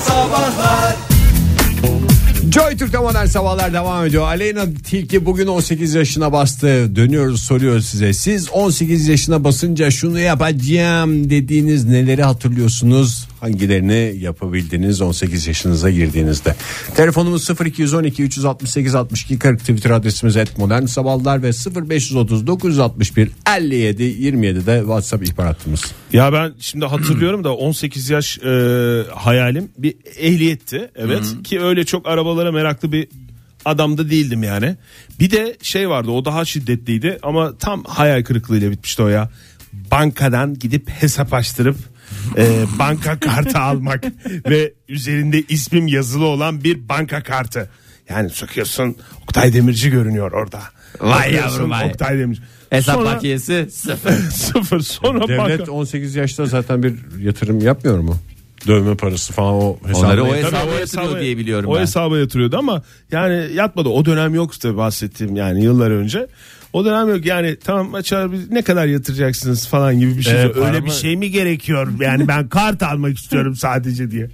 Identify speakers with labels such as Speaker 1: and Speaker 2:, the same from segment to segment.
Speaker 1: Sabahlar
Speaker 2: Joy Türk'te modern sabahlar devam ediyor. Aleyna Tilki bugün 18 yaşına bastı. Dönüyoruz soruyor size. Siz 18 yaşına basınca şunu yapacağım dediğiniz neleri hatırlıyorsunuz? Hangilerini yapabildiniz 18 yaşınıza girdiğinizde? Telefonumuz 0212 368 62 40 Twitter adresimiz et modern sabahlar ve 0530 961 57 27'de WhatsApp ihbar hattımız.
Speaker 3: Ya ben şimdi hatırlıyorum da 18 yaş e, hayalim bir ehliyetti. Evet ki öyle çok arabalara meraklı bir adam da değildim yani. Bir de şey vardı o daha şiddetliydi ama tam hayal kırıklığıyla bitmişti o ya. Bankadan gidip hesap açtırıp e, banka kartı almak ve üzerinde ismim yazılı olan bir banka kartı. Yani sokuyorsun Oktay Demirci görünüyor orada.
Speaker 4: Vay
Speaker 3: Bakıyorsun,
Speaker 4: yavrum vay.
Speaker 3: Oktay Demirci.
Speaker 4: Hesap
Speaker 3: Sonra-
Speaker 4: bakiyesi sıfır.
Speaker 3: Sıfır. Sonra
Speaker 2: Devlet
Speaker 3: banka-
Speaker 2: 18 yaşta zaten bir yatırım yapmıyor mu? Dövme parası falan o hesabı.
Speaker 4: Onları o
Speaker 3: Tabii
Speaker 4: hesaba yatırıyor diye biliyorum
Speaker 3: o
Speaker 4: ben.
Speaker 3: hesaba yatırıyordu ama yani yatmadı. O dönem yoktu tabii bahsettiğim yani yıllar önce. O dönem yok yani tamam açar biz ne kadar yatıracaksınız falan gibi bir şey.
Speaker 4: Ee,
Speaker 3: Öyle
Speaker 4: paramı-
Speaker 3: bir şey mi gerekiyor? Yani ben kart almak istiyorum sadece diye.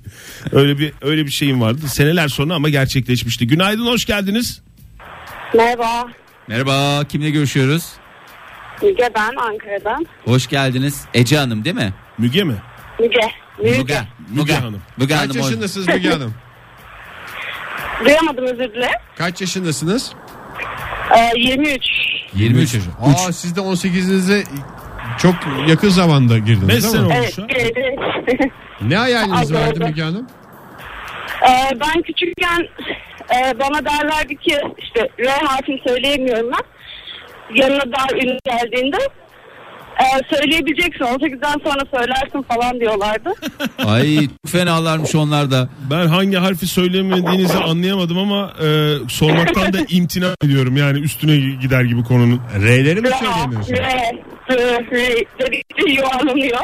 Speaker 3: Öyle bir öyle bir şeyim vardı. Seneler sonra ama gerçekleşmişti. Günaydın hoş geldiniz.
Speaker 5: Merhaba.
Speaker 4: Merhaba kimle görüşüyoruz?
Speaker 5: Müge ben Ankara'dan.
Speaker 4: Hoş geldiniz. Ece Hanım değil mi?
Speaker 3: Müge mi?
Speaker 5: Müge. Müge.
Speaker 4: Muga.
Speaker 3: Müge
Speaker 4: Muga
Speaker 3: Hanım.
Speaker 4: Muga
Speaker 2: Kaç
Speaker 4: Hanım. hoş-
Speaker 2: yaşındasınız Müge Hanım?
Speaker 5: Duyamadım özür dilerim.
Speaker 2: Kaç yaşındasınız?
Speaker 5: Ee, 23.
Speaker 4: 23.
Speaker 2: Aa siz de 18'inize çok yakın zamanda girdiniz
Speaker 3: 5 sene
Speaker 2: değil mi?
Speaker 3: olmuş
Speaker 5: Evet.
Speaker 3: ha.
Speaker 5: evet.
Speaker 2: Ne hayaliniz
Speaker 5: Az
Speaker 2: vardı
Speaker 5: oldu.
Speaker 2: Müge Hanım?
Speaker 5: Ee, ben küçükken e, bana derlerdi ki işte R harfini söyleyemiyorum ben. Yanına dar ünlü geldiğinde e, söyleyebileceksin 18'den sonra söylersin falan diyorlardı.
Speaker 4: Ay çok fenalarmış onlar da.
Speaker 3: Ben hangi harfi söylemediğinizi anlayamadım ama e, sormaktan da imtina ediyorum. Yani üstüne gider gibi konunun.
Speaker 2: R'leri mi
Speaker 5: R,
Speaker 2: söyleyemiyorsun?
Speaker 5: R, R, R dedikçe yuvarlanıyor.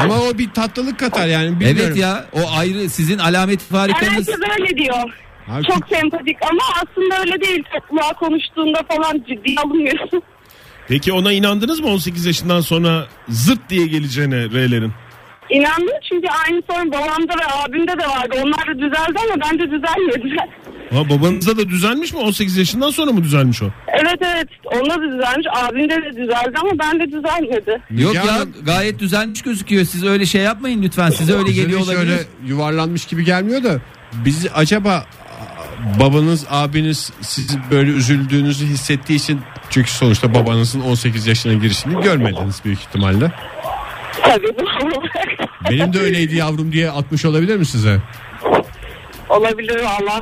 Speaker 2: Ama o bir tatlılık katar yani bilmiyorum.
Speaker 4: Evet ya o ayrı sizin alamet farikanız.
Speaker 5: Herkes öyle diyor.
Speaker 2: Abi,
Speaker 5: Çok sempatik ama aslında öyle değil. Kulağa konuştuğunda falan ciddiye alınmıyorsun.
Speaker 3: Peki ona inandınız mı 18 yaşından sonra zırt diye geleceğine R'lerin?
Speaker 5: İnandım çünkü aynı sorun babamda ve abimde de vardı. Onlar da düzeldi ama bence düzelmedi.
Speaker 3: Ha, babanıza da düzelmiş mi? 18 yaşından sonra mı düzelmiş o?
Speaker 5: evet evet onlar da düzelmiş. Abimde de düzeldi ama bende düzelmedi.
Speaker 4: Yok ya
Speaker 2: Hanım-
Speaker 4: gayet düzenmiş gözüküyor. Siz öyle şey yapmayın lütfen. Size öyle
Speaker 2: bize
Speaker 4: geliyor
Speaker 2: hiç
Speaker 4: olabilir.
Speaker 2: öyle yuvarlanmış gibi gelmiyor da biz acaba babanız abiniz sizi böyle üzüldüğünüzü hissettiği için çünkü sonuçta babanızın 18 yaşına girişini görmediniz büyük ihtimalle.
Speaker 5: Tabii doğal olarak.
Speaker 2: Benim de öyleydi yavrum diye atmış olabilir mi size?
Speaker 5: Olabilir valla.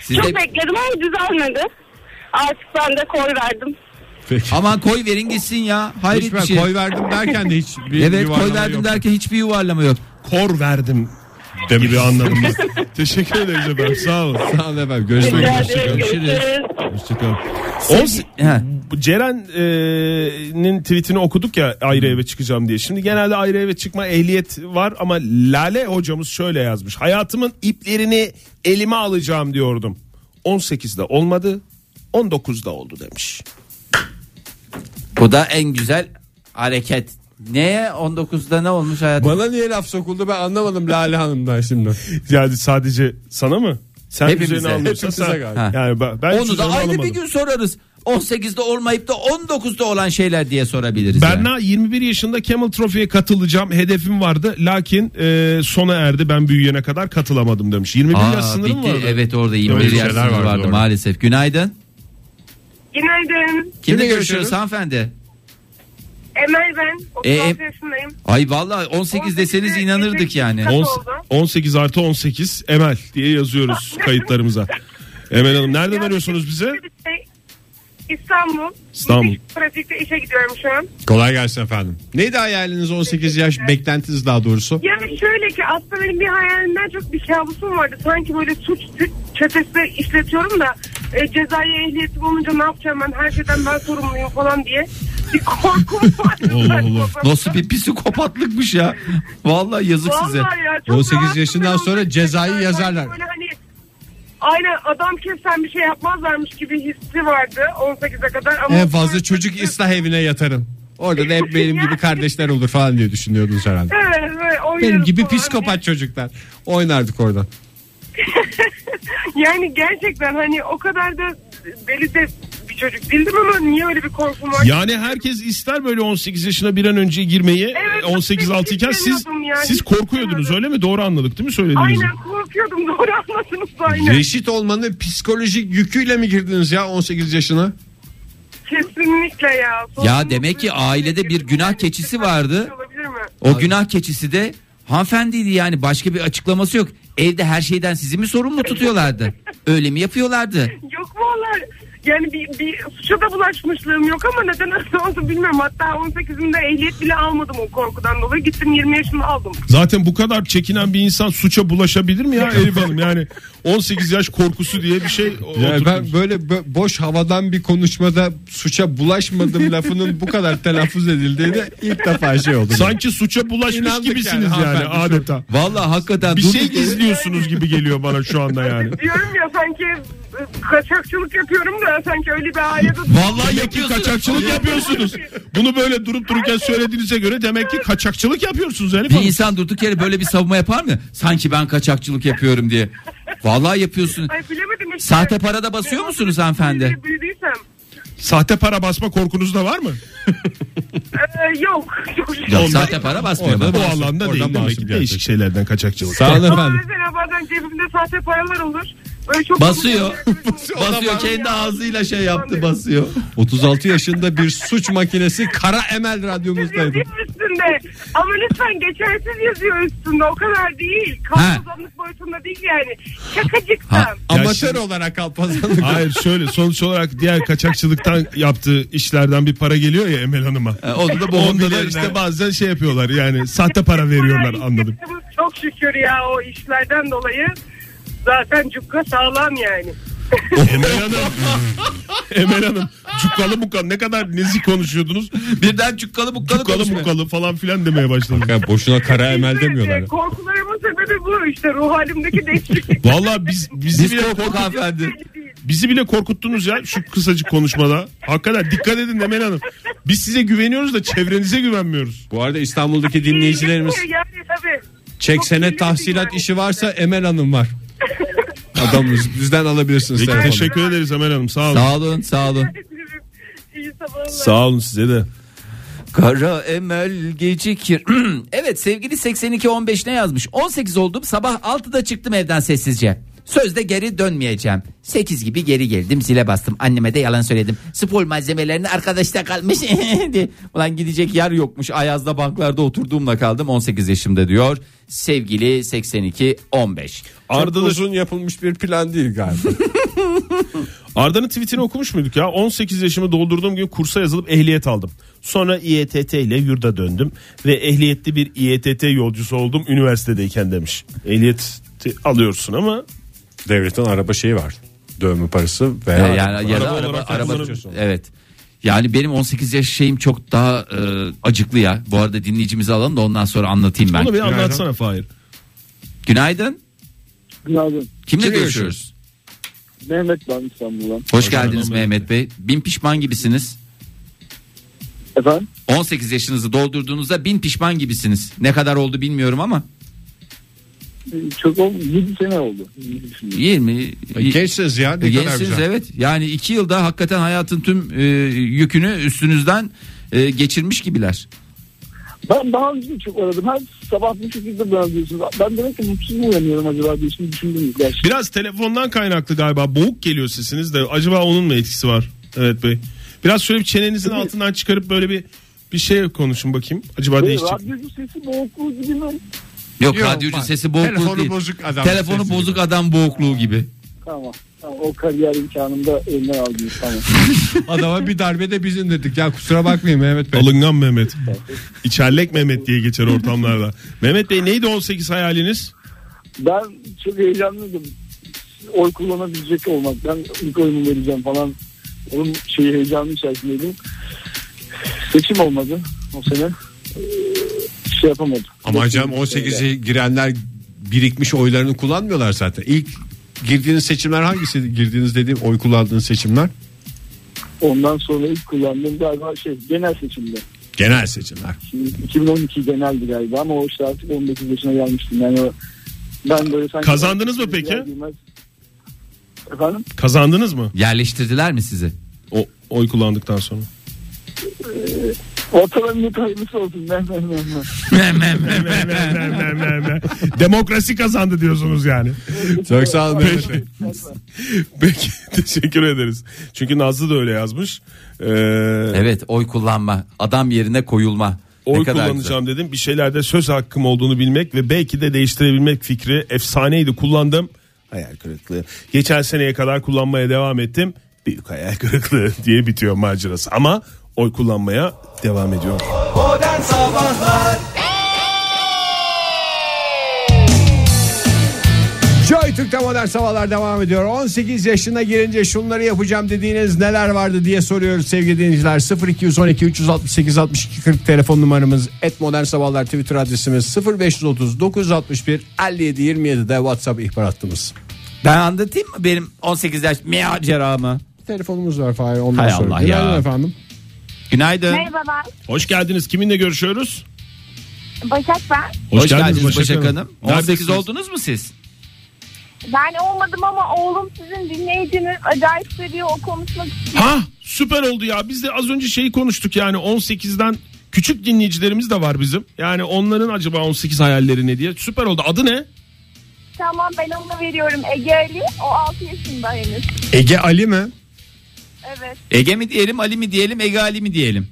Speaker 4: Siz
Speaker 5: Çok
Speaker 4: de-
Speaker 5: bekledim ama düzelmedi. Artık ben de koy verdim.
Speaker 2: Peki.
Speaker 4: Aman koy verin gitsin ya. Hayret bir
Speaker 2: Hiç ben
Speaker 4: şey.
Speaker 2: koy verdim derken de hiç bir
Speaker 4: Evet
Speaker 2: yuvarlama
Speaker 4: koy verdim
Speaker 2: yok.
Speaker 4: derken hiçbir yuvarlama yok.
Speaker 3: Kor verdim gibi anlamında. Teşekkür ederiz efendim sağ olun.
Speaker 2: Sağ olun efendim. Görüşmek
Speaker 5: Rica
Speaker 2: üzere.
Speaker 5: ederim.
Speaker 4: görüşürüz.
Speaker 5: Görüşürüz.
Speaker 2: Hoşçakalın.
Speaker 4: Ha.
Speaker 3: Ceren'in tweetini okuduk ya ayrı eve çıkacağım diye. Şimdi genelde ayrı eve çıkma ehliyet var ama Lale hocamız şöyle yazmış. Hayatımın iplerini elime alacağım diyordum. 18'de olmadı 19'da oldu demiş.
Speaker 4: Bu da en güzel hareket. Neye 19'da ne olmuş hayatım?
Speaker 2: Bana niye laf sokuldu ben anlamadım Lale Hanım'dan şimdi.
Speaker 3: Yani sadece sana mı? Sen
Speaker 4: Hepimize.
Speaker 3: üzerine almıyorsan
Speaker 2: Hepimize
Speaker 3: sen-
Speaker 2: galiba.
Speaker 4: Ha.
Speaker 3: Yani ben, ben
Speaker 4: Onu da
Speaker 3: üzerine
Speaker 4: aynı
Speaker 3: alamadım.
Speaker 4: bir gün sorarız. 18'de olmayıp da 19'da olan şeyler diye sorabiliriz. yani.
Speaker 3: Berna 21 yaşında Camel Trophy'ye katılacağım. Hedefim vardı. Lakin e, sona erdi. Ben büyüyene kadar katılamadım demiş. 21
Speaker 4: Aa,
Speaker 3: yaş sınırı mı
Speaker 4: bitti.
Speaker 3: vardı?
Speaker 4: Evet orada
Speaker 3: Öyle
Speaker 4: 21
Speaker 3: şeyler
Speaker 4: yaş sınırı
Speaker 3: vardı
Speaker 4: vardı,
Speaker 3: orada.
Speaker 4: maalesef. Günaydın.
Speaker 6: Günaydın.
Speaker 4: Kimle
Speaker 2: görüşüyoruz?
Speaker 4: görüşüyoruz hanımefendi?
Speaker 6: Emel ben. 36
Speaker 4: Ee,
Speaker 6: yaşındayım.
Speaker 4: Ay vallahi 18 deseniz
Speaker 6: 18'de
Speaker 4: inanırdık yani.
Speaker 6: Kaç
Speaker 3: On-
Speaker 6: oldu?
Speaker 3: 18 artı 18 Emel diye yazıyoruz kayıtlarımıza. Emel Hanım nereden arıyorsunuz bize?
Speaker 6: Şey, İstanbul.
Speaker 3: İstanbul.
Speaker 6: Müthiş Trafikte işe gidiyorum şu an.
Speaker 2: Kolay gelsin efendim. Neydi hayaliniz 18 yaş beklentiniz daha doğrusu?
Speaker 6: Yani şöyle ki aslında benim bir hayalimden çok bir kabusum vardı. Sanki böyle suç suç çetesi işletiyorum da e, cezai ehliyetim olunca ne yapacağım ben her şeyden ben sorumluyum falan diye bir korkum vardı.
Speaker 2: Allah Allah.
Speaker 4: Nasıl bir psikopatlıkmış ya. Vallahi yazık size.
Speaker 6: Vallahi ya, çok
Speaker 2: 18
Speaker 6: rahatsız
Speaker 2: yaşından
Speaker 6: ben
Speaker 2: sonra
Speaker 6: oldum.
Speaker 2: cezayı
Speaker 6: Sanki
Speaker 2: yazarlar.
Speaker 6: Böyle hani Aynen adam kesen bir şey yapmazlarmış gibi hissi vardı 18'e kadar. Ama
Speaker 2: En fazla çocuk ıslah evine yatarım. Orada da hep benim gibi kardeşler olur falan diye düşünüyordunuz herhalde.
Speaker 6: Evet, evet, o
Speaker 2: Benim
Speaker 6: oynuyorum
Speaker 2: gibi
Speaker 6: falan diye.
Speaker 2: psikopat çocuklar. Oynardık orada.
Speaker 6: Yani gerçekten hani o kadar da deli de bir çocuk değildim ama niye öyle bir korkum var?
Speaker 3: Yani herkes ister böyle 18 yaşına bir an önce girmeyi.
Speaker 6: Evet,
Speaker 3: 18
Speaker 6: ben
Speaker 3: 6 iken siz
Speaker 6: istemiyordum yani,
Speaker 3: siz korkuyordunuz
Speaker 6: istemiyordum.
Speaker 3: öyle mi? Doğru anladık değil mi söylediğinizi?
Speaker 6: Aynen korkuyordum doğru anladınız aynen.
Speaker 2: Reşit olmanın psikolojik yüküyle mi girdiniz ya 18 yaşına?
Speaker 6: Kesinlikle ya. şey
Speaker 4: Ya demek ki ailede bir günah keçisi vardı.
Speaker 6: Olabilir mi?
Speaker 4: O günah keçisi de hanımefendiydi yani başka bir açıklaması yok. Evde her şeyden sizi mi sorumlu tutuyorlardı? Öyle mi yapıyorlardı?
Speaker 6: Yok vallahi. Yani bir, bir suça da bulaşmışlığım yok ama neden öyle oldu bilmiyorum. Hatta 18'imde ehliyet bile almadım o korkudan dolayı. Gittim 20 yaşında aldım.
Speaker 3: Zaten bu kadar çekinen bir insan suça bulaşabilir mi ya Elif Hanım? Yani 18 yaş korkusu diye bir şey
Speaker 2: Yani
Speaker 3: oturtmuş.
Speaker 2: ben böyle bö- boş havadan bir konuşmada suça bulaşmadım lafının bu kadar telaffuz edildiğini ilk defa şey oldu.
Speaker 3: Sanki suça bulaşmış
Speaker 2: İnandık
Speaker 3: gibisiniz
Speaker 2: yani
Speaker 3: yani,
Speaker 2: hanımefendi,
Speaker 3: adeta.
Speaker 4: Vallahi hakikaten
Speaker 3: Bir
Speaker 4: durduk
Speaker 3: şey
Speaker 4: yere-
Speaker 3: izliyorsunuz gibi geliyor bana şu anda yani.
Speaker 6: Diyorum ya sanki e, kaçakçılık yapıyorum da sanki öyle bir ailede...
Speaker 3: Vallahi yapıyor kaçakçılık yapıyorsunuz. Bunu böyle durup dururken söylediğinize göre demek ki kaçakçılık yapıyorsunuz Elif
Speaker 4: bir
Speaker 3: Hanım.
Speaker 4: insan durduk yere böyle bir savunma yapar mı? Sanki ben kaçakçılık yapıyorum diye. Vallahi yapıyorsun.
Speaker 6: Ay bilemedim işte.
Speaker 4: Sahte para da basıyor musunuz hanımefendi?
Speaker 6: Büyüdüysem.
Speaker 3: Sahte para basma korkunuz da var mı?
Speaker 6: Ee, yok. Çok şükür.
Speaker 4: Yok, sahte para basmıyor.
Speaker 3: Bu
Speaker 4: Baba.
Speaker 3: alanda
Speaker 2: Oradan
Speaker 3: değil demek
Speaker 2: masum
Speaker 3: ki.
Speaker 2: gerçekten.
Speaker 3: Değişik şeylerden kaçakçılık.
Speaker 2: Sağ olun
Speaker 6: Ama
Speaker 2: efendim.
Speaker 6: mesela bazen cebimde sahte paralar olur. Böyle çok
Speaker 4: Basıyor. basıyor kendi ağzıyla şey yaptı basıyor.
Speaker 2: 36 yaşında bir suç makinesi Kara Emel radyomuzdaydı.
Speaker 6: Yazıyor üstünde. Ama lütfen geçersiz yazıyor üstünde. O kadar değil.
Speaker 4: Ha.
Speaker 6: Kalpazanlık boyutunda değil yani.
Speaker 4: Ha.
Speaker 6: Şakacıktan.
Speaker 2: Amatör olarak kalpazanlık.
Speaker 3: Hayır şöyle sonuç olarak diğer kaçakçılıktan yaptığı işlerden bir para geliyor ya Emel Hanım'a.
Speaker 2: Ee,
Speaker 4: Onu da
Speaker 3: Onda da
Speaker 4: birilerine-
Speaker 3: işte bazen şey yapıyorlar yani sahte para veriyorlar
Speaker 6: Bayağı
Speaker 3: anladım.
Speaker 6: hissettiğimiz Çok şükür ya o işlerden dolayı. Zaten cukka sağlam yani.
Speaker 3: Emel Hanım. Emel Hanım. Cukkalı mukalı ne kadar nezih konuşuyordunuz.
Speaker 4: Birden çukkalı bukkalı
Speaker 3: Cukkalı
Speaker 4: konuşmaya-
Speaker 3: mukalı falan filan demeye başladım.
Speaker 2: boşuna Kara Emel
Speaker 6: İşte,
Speaker 2: demiyorlar.
Speaker 6: e, Korkularımın sebebi bu işte ruh halimdeki değişiklik.
Speaker 3: Vallahi biz bizi
Speaker 4: Biz
Speaker 3: bile
Speaker 4: korktuk
Speaker 3: korkut-
Speaker 4: hanımefendi.
Speaker 3: bizi bile korkuttunuz ya şu kısacık konuşmada. Hakikaten dikkat edin Emel Hanım. Biz size güveniyoruz da çevrenize güvenmiyoruz.
Speaker 2: Bu arada İstanbul'daki dinleyicilerimiz
Speaker 6: Yani tabii.
Speaker 2: çeksene
Speaker 6: Çok
Speaker 2: tahsilat
Speaker 6: yani.
Speaker 2: işi varsa Emel Hanım var. Adamımız bizden alabilirsiniz.
Speaker 3: Peki,
Speaker 2: telefonu.
Speaker 3: teşekkür ederiz Emel Hanım. Sağ olun.
Speaker 4: Sağ olun sağ olun.
Speaker 6: İyi sabahlar.
Speaker 3: olun size de.
Speaker 4: Kara emel gecikir. evet sevgili 8215 ne yazmış? 18 oldum sabah 6'da çıktım evden sessizce. Sözde geri dönmeyeceğim. 8 gibi geri geldim zile bastım. Anneme de yalan söyledim. Spor malzemelerini arkadaşta kalmış. diye. Ulan gidecek yer yokmuş. Ayaz'da banklarda oturduğumla kaldım 18 yaşımda diyor. Sevgili 8215.
Speaker 2: Arda
Speaker 3: Arda da
Speaker 2: uzun yapılmış bir plan değil galiba.
Speaker 3: Arda'nın tweetini okumuş muyduk ya? 18 yaşımı doldurduğum gün kursa yazılıp ehliyet aldım. Sonra İETT ile yurda döndüm ve ehliyetli bir İETT yolcusu oldum üniversitedeyken demiş. Ehliyet alıyorsun ama
Speaker 2: Devletin araba şeyi var. Dövme parası
Speaker 4: Ya,
Speaker 2: veya
Speaker 4: Ee, yani ya da
Speaker 3: Araba
Speaker 4: araba,
Speaker 3: olarak
Speaker 4: araba-
Speaker 3: kullanabiliyorsun.
Speaker 4: evet. Yani benim 18 yaş şeyim çok daha e, acıklı ya. Bu arada dinleyicimizi alalım da ondan sonra anlatayım ben.
Speaker 3: bunu bir anlatsana Fahir.
Speaker 4: Günaydın.
Speaker 1: Günaydın.
Speaker 4: Kimle
Speaker 2: Kimle
Speaker 4: görüşüyoruz?
Speaker 2: görüşüyoruz?
Speaker 1: Mehmet ben İstanbul'dan.
Speaker 4: Hoş geldiniz
Speaker 3: geldin.
Speaker 4: Mehmet Bey. Bin pişman gibisiniz.
Speaker 1: Efendim?
Speaker 4: 18 yaşınızı doldurduğunuzda bin pişman gibisiniz. Ne kadar oldu bilmiyorum ama
Speaker 1: Ee, Çok oldu. 7 sene oldu. Yedi sene.
Speaker 4: 20
Speaker 2: Gençsiniz ya ne kadar
Speaker 4: Gençsiniz
Speaker 2: güzel.
Speaker 4: evet. Yani iki yılda hakikaten hayatın tüm e, yükünü üstünüzden e, geçirmiş gibiler.
Speaker 1: Ben daha önce de çok aradım. Her sabah bu şekilde bana diyorsunuz. Ben demek ki mutsuz mu uyanıyorum acaba diye şimdi düşündüm. Gerçekten.
Speaker 3: Biraz telefondan kaynaklı galiba boğuk geliyor sesiniz de acaba onun mu etkisi var? Evet Bey. Biraz şöyle bir çenenizin altından çıkarıp böyle bir bir şey konuşun bakayım. Acaba
Speaker 1: Böyle
Speaker 3: değişecek. mi?
Speaker 1: radyocu sesi boğukluğu gibi mi?
Speaker 4: Yok,
Speaker 2: Yok,
Speaker 4: radyocunun
Speaker 2: bak,
Speaker 4: sesi boğukluğu
Speaker 2: telefonu
Speaker 4: değil.
Speaker 2: bozuk adam
Speaker 4: telefonu
Speaker 2: sesi
Speaker 4: bozuk adam boğukluğu gibi.
Speaker 1: Tamam. Tamam, o kariyer imkanımı da elimden aldım. Tamam.
Speaker 2: Adama bir darbe de bizim dedik. Ya kusura bakmayın Mehmet Bey.
Speaker 3: Alıngan Mehmet. İçerlek Mehmet diye geçer ortamlarda. Mehmet Bey neydi 18 hayaliniz?
Speaker 1: ben çok heyecanlıydım. Oy kullanabilecek olmaktan ilk oyumu vereceğim falan. Onun şeyi heyecanı içerisindeydim. Seçim olmadı o sene. Ee, şey yapamadım.
Speaker 2: Ama hocam 18'e girenler birikmiş oylarını kullanmıyorlar zaten. İlk girdiğiniz seçimler hangisi? Girdiğiniz dediğim oy kullandığınız seçimler.
Speaker 1: Ondan sonra ilk kullandığım galiba şey genel seçimde.
Speaker 2: Genel seçimler.
Speaker 1: Şimdi 2012 geneldi galiba ama o işte artık 19 yaşına gelmiştim. Yani o, ben böyle sanki...
Speaker 3: Kazandınız mı peki?
Speaker 1: Girmez- Efendim?
Speaker 3: Kazandınız mı?
Speaker 4: Yerleştirdiler mi sizi?
Speaker 3: O oy kullandıktan sonra.
Speaker 1: Ortalarının hayırlısı olsun. Ben, ben, ben, ben.
Speaker 3: Demokrasi kazandı diyorsunuz yani.
Speaker 2: Çok sağ olun.
Speaker 3: Peki. Peki teşekkür ederiz. Çünkü Nazlı da öyle yazmış. Ee,
Speaker 4: Evet oy kullanma. Adam yerine koyulma.
Speaker 3: Oy
Speaker 4: ne kadar güzel.
Speaker 3: kullanacağım dedim. Bir şeylerde söz hakkım olduğunu bilmek ve belki de değiştirebilmek fikri efsaneydi. Kullandım. Hayal kırıklığı. Geçen seneye kadar kullanmaya devam ettim. Büyük hayal kırıklığı diye bitiyor macerası. Ama oy kullanmaya devam ediyor.
Speaker 2: Joy Türk'te modern sabahlar devam ediyor. 18 yaşına girince şunları yapacağım dediğiniz neler vardı diye soruyoruz sevgili dinleyiciler. 0212 368 62 40 telefon numaramız. Et modern sabahlar Twitter adresimiz 0530 961 57 27 de WhatsApp ihbar hattımız.
Speaker 4: Ben anlatayım mı benim 18 yaş maceramı?
Speaker 2: Telefonumuz var Fahir ondan
Speaker 4: Hay
Speaker 2: sonra.
Speaker 4: Allah
Speaker 2: Günaydın
Speaker 4: ya.
Speaker 2: efendim.
Speaker 4: Günaydın.
Speaker 7: Merhaba ben.
Speaker 3: Hoş geldiniz. Kiminle görüşüyoruz?
Speaker 7: Başak ben.
Speaker 4: Hoş, geldiniz, Başak Hanım. 18
Speaker 3: Neredesiniz?
Speaker 4: oldunuz mu siz?
Speaker 7: Ben olmadım ama oğlum sizin dinleyiciniz acayip seviyor o konuşmak istiyor.
Speaker 3: Ha süper oldu ya. Biz de az önce şeyi konuştuk yani 18'den küçük dinleyicilerimiz de var bizim. Yani onların acaba 18 hayalleri ne diye. Süper oldu. Adı ne?
Speaker 7: Tamam ben ona veriyorum Ege Ali. O 6 yaşında henüz.
Speaker 2: Ege Ali mi?
Speaker 7: Evet.
Speaker 4: Ege mi diyelim Ali mi diyelim Ege Ali mi diyelim?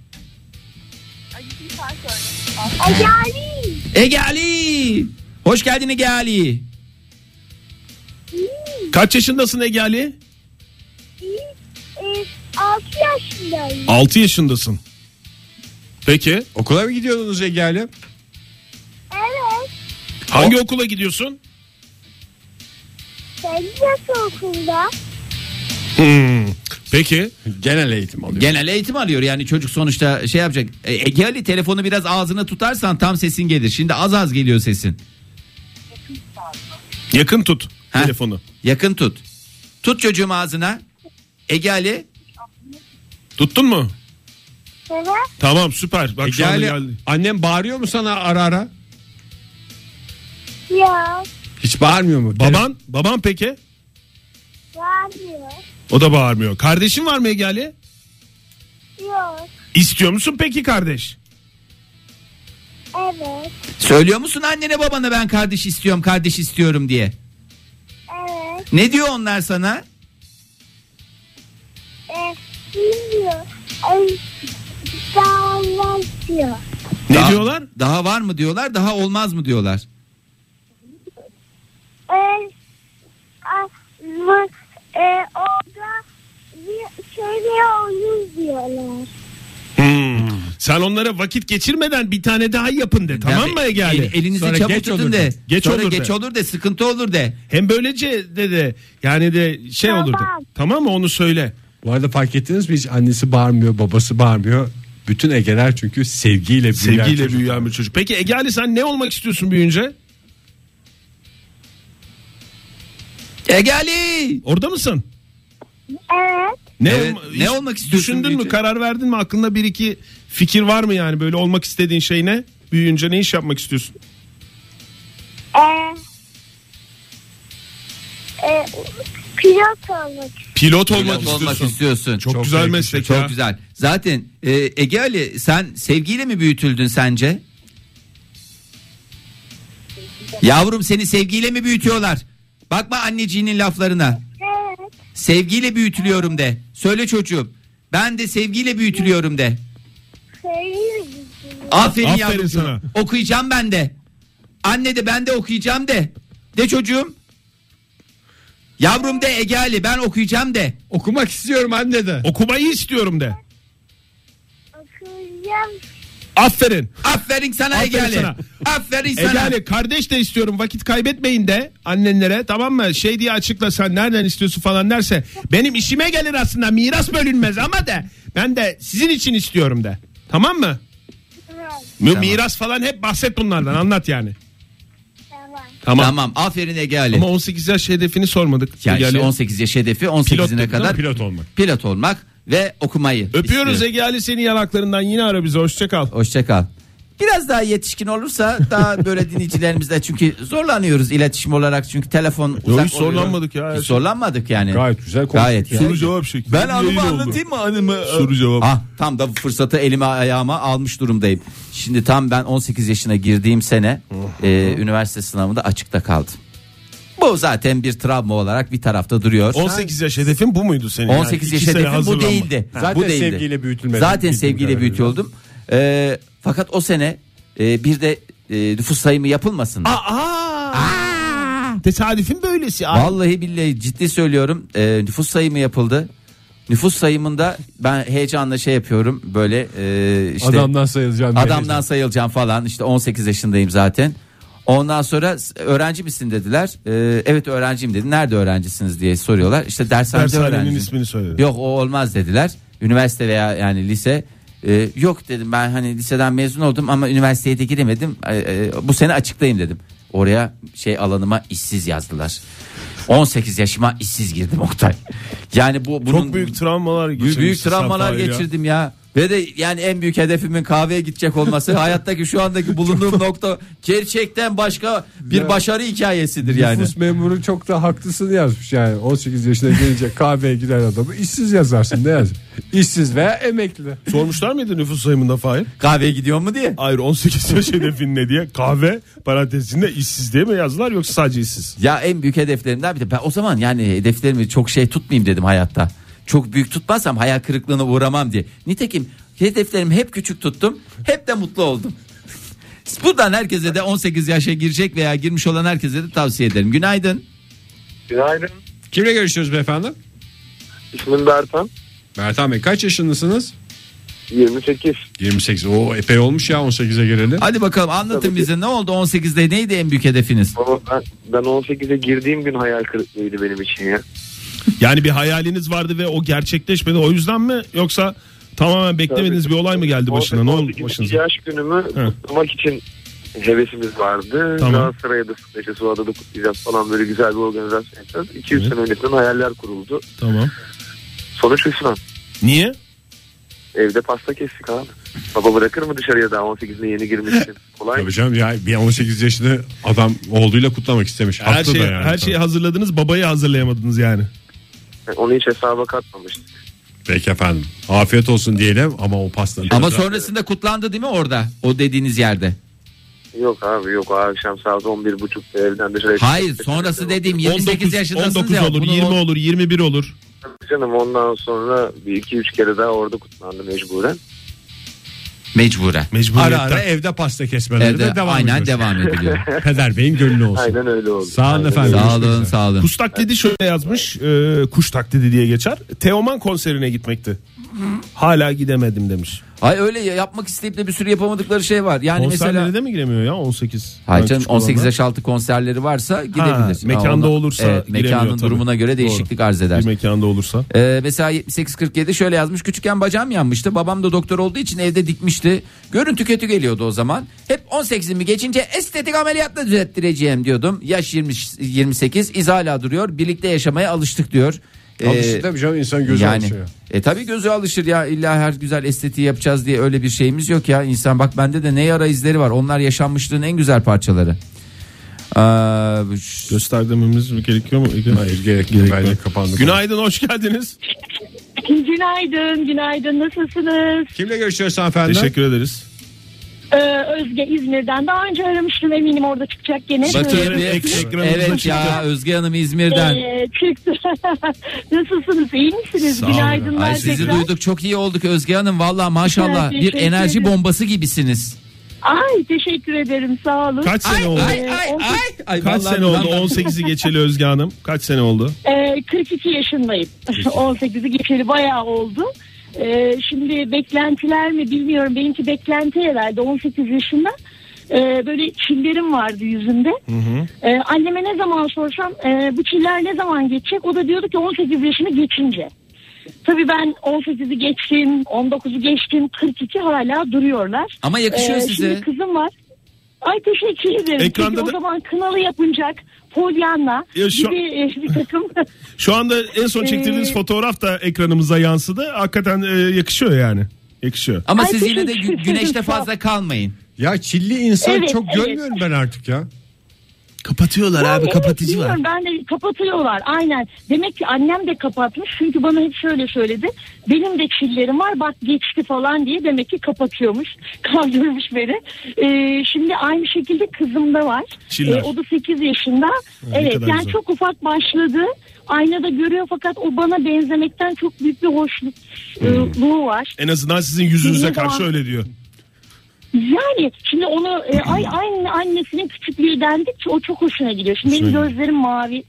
Speaker 7: Ay, bir fark öyle. Ege Ali.
Speaker 4: Ege Ali. Hoş geldin Ege Ali.
Speaker 3: Kaç yaşındasın Ege Ali?
Speaker 7: 6 Ee, yaşındayım.
Speaker 3: 6 yaşındasın. Peki
Speaker 2: Okula mı gidiyordunuz Ege Ali?
Speaker 7: Evet.
Speaker 3: hangi okula gidiyorsun?
Speaker 7: Ben nasıl okulda?
Speaker 3: Peki
Speaker 2: Genel eğitim alıyor.
Speaker 4: Genel eğitim alıyor yani çocuk sonuçta şey yapacak. E, Ege Ali telefonu biraz ağzına tutarsan tam sesin gelir. Şimdi az az geliyor sesin.
Speaker 3: yakın tut
Speaker 4: Heh.
Speaker 3: telefonu.
Speaker 4: Yakın tut. Tut çocuğum ağzına. Ege Ali.
Speaker 3: Tuttun mu?
Speaker 7: Evet.
Speaker 3: Tamam süper. Bak
Speaker 2: Ege
Speaker 3: şu anda
Speaker 2: Ali,
Speaker 3: geldi.
Speaker 2: annem bağırıyor mu sana ara ara?
Speaker 7: Ya.
Speaker 2: Hiç bağırmıyor mu?
Speaker 3: Baban, baban peki?
Speaker 7: Gelmiyor.
Speaker 3: O da bağırmıyor. Kardeşin var mı Ege Ali?
Speaker 7: Yok.
Speaker 3: İstiyor musun peki kardeş?
Speaker 7: Evet.
Speaker 4: Söylüyor musun annene babana ben kardeş istiyorum kardeş istiyorum diye.
Speaker 7: Evet.
Speaker 4: Ne diyor onlar sana?
Speaker 7: Evet. Bilmiyor. Ay. Daha olmaz diyor.
Speaker 3: Ne
Speaker 4: Daha-
Speaker 3: diyorlar?
Speaker 4: Daha var mı diyorlar daha olmaz mı diyorlar.
Speaker 7: e, a- mı- e, orada bir şöyle oyun diyorlar.
Speaker 3: Sen onlara vakit geçirmeden bir tane daha yapın de tamam
Speaker 4: Ya,
Speaker 3: mı Ege Ali?
Speaker 4: el- elinizi
Speaker 3: Sonra
Speaker 4: çabuk
Speaker 3: geç
Speaker 4: tutun
Speaker 3: olur
Speaker 4: de.
Speaker 3: Geç
Speaker 4: Sonra
Speaker 3: olur
Speaker 4: geç
Speaker 3: de.
Speaker 4: olur de sıkıntı olur de.
Speaker 3: Hem böylece de de yani de şey
Speaker 7: Tamam.
Speaker 3: olur de. Tamam mı onu söyle.
Speaker 2: Bu arada fark ettiniz mi hiç annesi bağırmıyor babası bağırmıyor. Bütün Ege'ler çünkü sevgiyle büyüyen
Speaker 3: Sevgiyle
Speaker 2: çocuk.
Speaker 3: büyüyen bir çocuk. Peki Ege Ali sen ne olmak istiyorsun büyüyünce?
Speaker 4: Ege Ali.
Speaker 3: Orada mısın?
Speaker 7: Evet.
Speaker 3: Ne,
Speaker 4: Evet,
Speaker 3: olma-
Speaker 4: ne
Speaker 3: hiç
Speaker 4: olmak istiyorsun
Speaker 3: Düşündün mü
Speaker 4: büyüyünce?
Speaker 3: karar verdin mi aklında bir iki fikir var mı yani böyle olmak istediğin şey ne? Büyüyünce ne iş yapmak istiyorsun?
Speaker 7: E, e, pilot olmak.
Speaker 3: Pilot olmak
Speaker 4: Pilot
Speaker 3: istiyorsun.
Speaker 4: olmak istiyorsun.
Speaker 3: Çok, güzel
Speaker 2: büyük bir
Speaker 3: meslek
Speaker 4: Çok
Speaker 3: ya.
Speaker 4: güzel. Zaten e, Ege Ali sen sevgiyle mi büyütüldün sence? Yavrum seni sevgiyle mi büyütüyorlar? Bakma anneciğinin laflarına.
Speaker 7: Evet.
Speaker 4: Sevgiyle büyütülüyorum de. Söyle çocuğum. Ben de sevgiyle büyütülüyorum de.
Speaker 7: Sevgili bizim.
Speaker 4: Aferin,
Speaker 3: Aferin
Speaker 4: yavrum.
Speaker 3: sana.
Speaker 4: Okuyacağım ben de. Anne de ben de okuyacağım de. De çocuğum. Yavrum de Ege Ali ben okuyacağım de.
Speaker 2: Okumak istiyorum anne de.
Speaker 3: Okumayı istiyorum de.
Speaker 7: Okuyacağım.
Speaker 3: Aferin.
Speaker 4: Aferin sana
Speaker 3: Aferin
Speaker 4: Ege Ali.
Speaker 3: sana.
Speaker 4: Aferin sana.
Speaker 3: Ege Ali kardeş de istiyorum vakit kaybetmeyin de annenlere tamam mı? Şey diye açıkla sen nereden istiyorsun falan derse benim işime gelir aslında miras bölünmez ama de ben de sizin için istiyorum de. Tamam mı?
Speaker 7: Tamam.
Speaker 3: Mi- Miras falan hep bahset bunlardan anlat yani.
Speaker 7: Tamam.
Speaker 3: Tamam.
Speaker 4: Tamam aferin Ege Ali.
Speaker 3: Ama 18 yaş hedefini sormadık.
Speaker 4: Ya
Speaker 3: Ege
Speaker 4: işte
Speaker 3: Ali.
Speaker 4: 18 yaş hedefi
Speaker 3: Pilot
Speaker 4: 18'ine
Speaker 3: dedin ama
Speaker 4: kadar
Speaker 3: pilot olmak.
Speaker 4: pilot olmak. ve okumayı.
Speaker 3: Öpüyoruz
Speaker 4: istiyorum.
Speaker 3: Ege Ali seni yanaklarından yine ara bizi hoşça kal.
Speaker 4: Hoşça kal. Biraz daha yetişkin olursa daha böyle dinleyicilerimizle çünkü zorlanıyoruz iletişim olarak çünkü telefon uzak
Speaker 3: hiç
Speaker 4: oluyor.
Speaker 3: zorlanmadık ya. şey.
Speaker 4: Hiç zorlanmadık yani.
Speaker 2: Gayet güzel konuştuk
Speaker 4: Gayet.
Speaker 2: ya.
Speaker 4: güzel.
Speaker 3: cevap şekli.
Speaker 4: Ben anımı anlatayım mı anımı?
Speaker 3: Soru cevap.
Speaker 4: Ah tam da bu fırsatı elime ayağıma almış durumdayım. Şimdi tam ben 18 yaşına girdiğim sene e, üniversite sınavında açıkta kaldım. Bu zaten bir travma olarak bir tarafta duruyor.
Speaker 3: 18 yaş hedefin bu muydu senin?
Speaker 4: 18
Speaker 3: yani? İki
Speaker 4: yaş
Speaker 3: sene
Speaker 4: hedefim bu
Speaker 3: hazırlanma.
Speaker 4: değildi.
Speaker 2: Zaten
Speaker 4: bu değildi.
Speaker 2: sevgiyle büyütülmedi.
Speaker 4: Zaten
Speaker 2: Bildiğim
Speaker 4: sevgiyle
Speaker 2: kadarıyla.
Speaker 4: büyütüldüm. Ee, fakat o sene e, bir de e, nüfus sayımı yapılmasın.
Speaker 3: Tesadüfün böylesi. abi.
Speaker 4: Vallahi billahi ciddi söylüyorum e, nüfus sayımı yapıldı. Nüfus sayımında ben heyecanla şey yapıyorum böyle e, işte
Speaker 2: Adamdan sayılacağım. diye.
Speaker 4: adamdan sayılacağım falan işte 18 yaşındayım zaten. Ondan sonra "S- öğrenci misin dediler. Ee, evet öğrenciyim dedi. Nerede öğrencisiniz diye soruyorlar. İşte dershanede
Speaker 3: Dershanenin
Speaker 4: öğrenciyim.
Speaker 3: ismini söyledi.
Speaker 4: Yok o olmaz dediler. Üniversite veya yani lise. Ee, yok dedim ben hani liseden mezun oldum ama üniversiteye de giremedim. Ee, e, bu sene açıklayayım dedim. Oraya şey alanıma işsiz yazdılar. 18 yaşıma işsiz girdim Oktay. Yani bu bunun
Speaker 3: Çok büyük travmalar
Speaker 4: büyük,
Speaker 3: geçirmişsin.
Speaker 4: büyük travmalar
Speaker 3: sen Fahir ya.
Speaker 4: geçirdim ya. Ve de yani en büyük hedefimin kahveye gidecek olması hayattaki şu andaki bulunduğum nokta gerçekten başka bir
Speaker 2: Ya.
Speaker 4: başarı hikayesidir yani.
Speaker 2: Nüfus memuru çok da haklısını yazmış yani 18 yaşına gelince kahveye giren adamı işsiz yazarsın ne yazar? İşsiz veya emekli.
Speaker 3: Sormuşlar mıydı nüfus sayımında Fahir?
Speaker 4: Kahveye gidiyor mu diye.
Speaker 3: Hayır 18 yaş hedefin ne diye kahve parantezinde işsiz diye mi yazdılar yoksa sadece işsiz?
Speaker 4: Ya en büyük hedeflerimden bir de ben o zaman yani hedeflerimi çok şey tutmayayım dedim hayatta. Çok büyük tutmazsam hayal kırıklığına uğramam diye. Nitekim hedeflerimi hep küçük tuttum. Hep de mutlu oldum. Buradan herkese de 18 yaşa girecek veya girmiş olan herkese de tavsiye ederim. Günaydın.
Speaker 1: Günaydın.
Speaker 2: Kimle görüşüyoruz beyefendi?
Speaker 1: İsmim Bertan.
Speaker 2: Bertan Bey kaç yaşındasınız?
Speaker 1: 28.
Speaker 2: 28. O epey olmuş ya 18'e geleli.
Speaker 4: Hadi bakalım anlatın
Speaker 1: Tabii ki.
Speaker 4: bize ne oldu 18'de neydi en büyük hedefiniz?
Speaker 1: Baba ben, ben 18'e girdiğim gün hayal kırıklığıydı benim için ya.
Speaker 3: Yani bir hayaliniz vardı ve o gerçekleşmedi o yüzden mi yoksa tamamen beklemediğiniz bir olay mı geldi başına ne oldu
Speaker 1: 18.
Speaker 3: başınıza?
Speaker 1: yaş günümü
Speaker 3: He.
Speaker 1: kutlamak için hevesimiz vardı.
Speaker 3: Tamam.
Speaker 1: Galatasaray'a da Sıkıca Suada'da da kutlayacağız falan böyle güzel bir organizasyon yapacağız. 200
Speaker 3: Evet.
Speaker 1: sene öncesinden hayaller kuruldu.
Speaker 3: Tamam.
Speaker 1: Sonuç hüsran.
Speaker 3: Niye?
Speaker 1: Evde pasta kestik abi. Baba bırakır mı dışarıya daha 18'ine yeni girmişsin? Kolay mı?
Speaker 8: Tabii canım ya bir 18 yaşında adam oğluyla kutlamak istemiş.
Speaker 3: Her
Speaker 8: Haklı
Speaker 3: şeyi,
Speaker 8: da yani.
Speaker 3: her şey şeyi hazırladınız babayı hazırlayamadınız yani.
Speaker 1: Yani Onu hiç hesaba katmamıştık.
Speaker 8: Peki efendim. Afiyet olsun diyelim ama o pastanın.
Speaker 4: Ama sonrasında kutlandı değil mi orada o dediğiniz yerde?
Speaker 1: Yok abi yok o akşam saat 11.30'da evden dışarıya
Speaker 4: Hayır
Speaker 1: çıktık.
Speaker 4: sonrası dediğim 28
Speaker 3: 19,
Speaker 4: yaşındasınız
Speaker 3: 19
Speaker 4: ya.
Speaker 3: olur
Speaker 4: Bunun
Speaker 3: 20
Speaker 4: o-
Speaker 3: olur 21 olur.
Speaker 1: Canım ondan sonra bir iki üç kere daha orada kutlandı mecburen.
Speaker 4: Mecburen.
Speaker 8: ara
Speaker 3: Mecburiyetten.
Speaker 8: ara evde pasta kesmeleri
Speaker 4: Evde
Speaker 8: de devam
Speaker 4: aynen
Speaker 8: ediyor.
Speaker 4: devam ediliyor.
Speaker 8: Peder Bey'in gönlü olsun.
Speaker 1: Aynen öyle oldu.
Speaker 8: Sağ olun
Speaker 1: Aynen
Speaker 8: efendim.
Speaker 4: sağ olun
Speaker 8: Görüşmek
Speaker 4: sağ olun.
Speaker 3: Kuş taklidi şöyle yazmış. e, kuş taklidi diye geçer. Teoman konserine gitmekti. Hala gidemedim demiş.
Speaker 4: Ay öyle ya, yapmak isteyip de bir sürü yapamadıkları şey var. Yani
Speaker 3: Konserlere
Speaker 4: mesela
Speaker 3: de mi giremiyor ya 18?
Speaker 4: Hayır
Speaker 3: Yani
Speaker 4: canım
Speaker 3: küçük
Speaker 4: 18
Speaker 3: olanlar.
Speaker 4: yaş altı konserleri varsa gidebilir. Ha,
Speaker 3: mekanda
Speaker 4: onu-
Speaker 3: olursa
Speaker 4: evet,
Speaker 3: giremiyor
Speaker 4: mekanın
Speaker 3: tabii.
Speaker 4: durumuna göre değişiklik arz eder.
Speaker 3: Bir mekanda olursa.
Speaker 4: Ee, mesela 7847 şöyle yazmış. Küçükken bacağım yanmıştı. Babam da doktor olduğu için evde dikmişti. Görüntü kötü geliyordu o zaman. Hep 18'imi geçince estetik ameliyatla düzelttireceğim diyordum. Yaş 20, 28 iz hala duruyor. Birlikte yaşamaya alıştık diyor. Ee,
Speaker 2: Alıştı tabii canım insan gözü
Speaker 4: yani,
Speaker 2: alışıyor.
Speaker 4: E tabii gözü alışır ya illa her güzel estetiği yapacağız diye öyle bir şeyimiz yok ya. İnsan bak bende de ne yara izleri var. Onlar yaşanmışlığın en güzel parçaları. Ee, ş-
Speaker 3: Göstermemiz mi gerekiyor mu?
Speaker 8: Hayır gerek yok.
Speaker 3: Gerek
Speaker 8: Bence
Speaker 3: yok.
Speaker 8: kapandı.
Speaker 3: Günaydın hoş geldiniz.
Speaker 9: Günaydın, günaydın. Nasılsınız?
Speaker 2: Kimle görüşüyoruz hanımefendi?
Speaker 3: Teşekkür ederiz.
Speaker 9: Ee, Özge İzmir'den. Daha önce aramıştım eminim orada çıkacak gene.
Speaker 3: Bakıyorum,
Speaker 9: Ee,
Speaker 3: ek- ekranımızda
Speaker 4: evet
Speaker 3: çıktı.
Speaker 4: ya Özge Hanım İzmir'den.
Speaker 9: ee, çıktı. Nasılsınız? İyi misiniz?
Speaker 3: Sağ olun.
Speaker 9: Günaydınlar
Speaker 4: Ay sizi
Speaker 9: tekrar.
Speaker 4: duyduk çok iyi olduk Özge Hanım valla maşallah
Speaker 9: Teşekkür
Speaker 4: bir enerji
Speaker 9: ederim.
Speaker 4: bombası gibisiniz.
Speaker 9: Ay teşekkür ederim. Sağ olun.
Speaker 3: Kaç sene oldu?
Speaker 9: ay, ay, ay.
Speaker 3: Kaç sene oldu? 18'i geçeli Özge Hanım. Kaç sene oldu?
Speaker 9: Ee, 42 yaşındayım. 18'i geçeli bayağı oldu. Ee, şimdi beklentiler mi bilmiyorum. Benimki beklenti herhalde 18 yaşında. Ee, böyle çillerim vardı yüzümde. Ee, anneme ne zaman sorsam e, bu çiller ne zaman geçecek? O da diyordu ki 18 yaşını geçince. Tabii ben 18'i geçtim, 19'u geçtim, 42 hala duruyorlar.
Speaker 4: Ama yakışıyor
Speaker 9: Ee,
Speaker 4: size.
Speaker 9: Şimdi kızım var. Ay teşekkür ederim.
Speaker 3: Ekranda
Speaker 9: Çünkü
Speaker 3: da-
Speaker 9: o zaman kınalı yapınacak. Polyanna
Speaker 3: Ya şu-
Speaker 9: gibi e, bir takım
Speaker 3: Şu anda en son çektirdiğiniz
Speaker 9: Ee,
Speaker 3: fotoğraf da ekranımıza yansıdı. Hakikaten e, yakışıyor yani. Yakışıyor.
Speaker 4: Ama
Speaker 9: Ay,
Speaker 4: siz yine de
Speaker 9: teşekkür
Speaker 4: gü- güneşte
Speaker 9: ederim.
Speaker 4: fazla kalmayın.
Speaker 2: Ya çilli insan
Speaker 9: Evet,
Speaker 2: çok
Speaker 9: evet.
Speaker 2: görmüyorum ben artık ya.
Speaker 4: Kapatıyorlar abi
Speaker 9: Evet,
Speaker 4: kapatıcı var.
Speaker 9: biliyorum. Ben de kapatıyorlar aynen. Demek ki annem de kapatmış çünkü bana hep şöyle söyledi. Benim de çillerim var bak geçti falan diye demek ki kapatıyormuş. Kaldırmış beni. Ee, şimdi aynı şekilde kızım da var. Ee,
Speaker 3: Çiller.
Speaker 9: o da 8 yaşında. evet
Speaker 3: kadar
Speaker 9: yani
Speaker 3: güzel.
Speaker 9: çok ufak başladı. Aynada görüyor fakat o bana benzemekten çok büyük bir
Speaker 4: Hmm.
Speaker 9: hoşnutluğu var.
Speaker 3: En azından sizin yüzünüze
Speaker 9: Bizim
Speaker 3: karşı
Speaker 9: zaman-
Speaker 3: öyle diyor.
Speaker 9: Yani şimdi onu e, ay aynı annesinin küçüklüğü dendikçe o çok hoşuna gidiyor. Şimdi benim gözlerim mavi.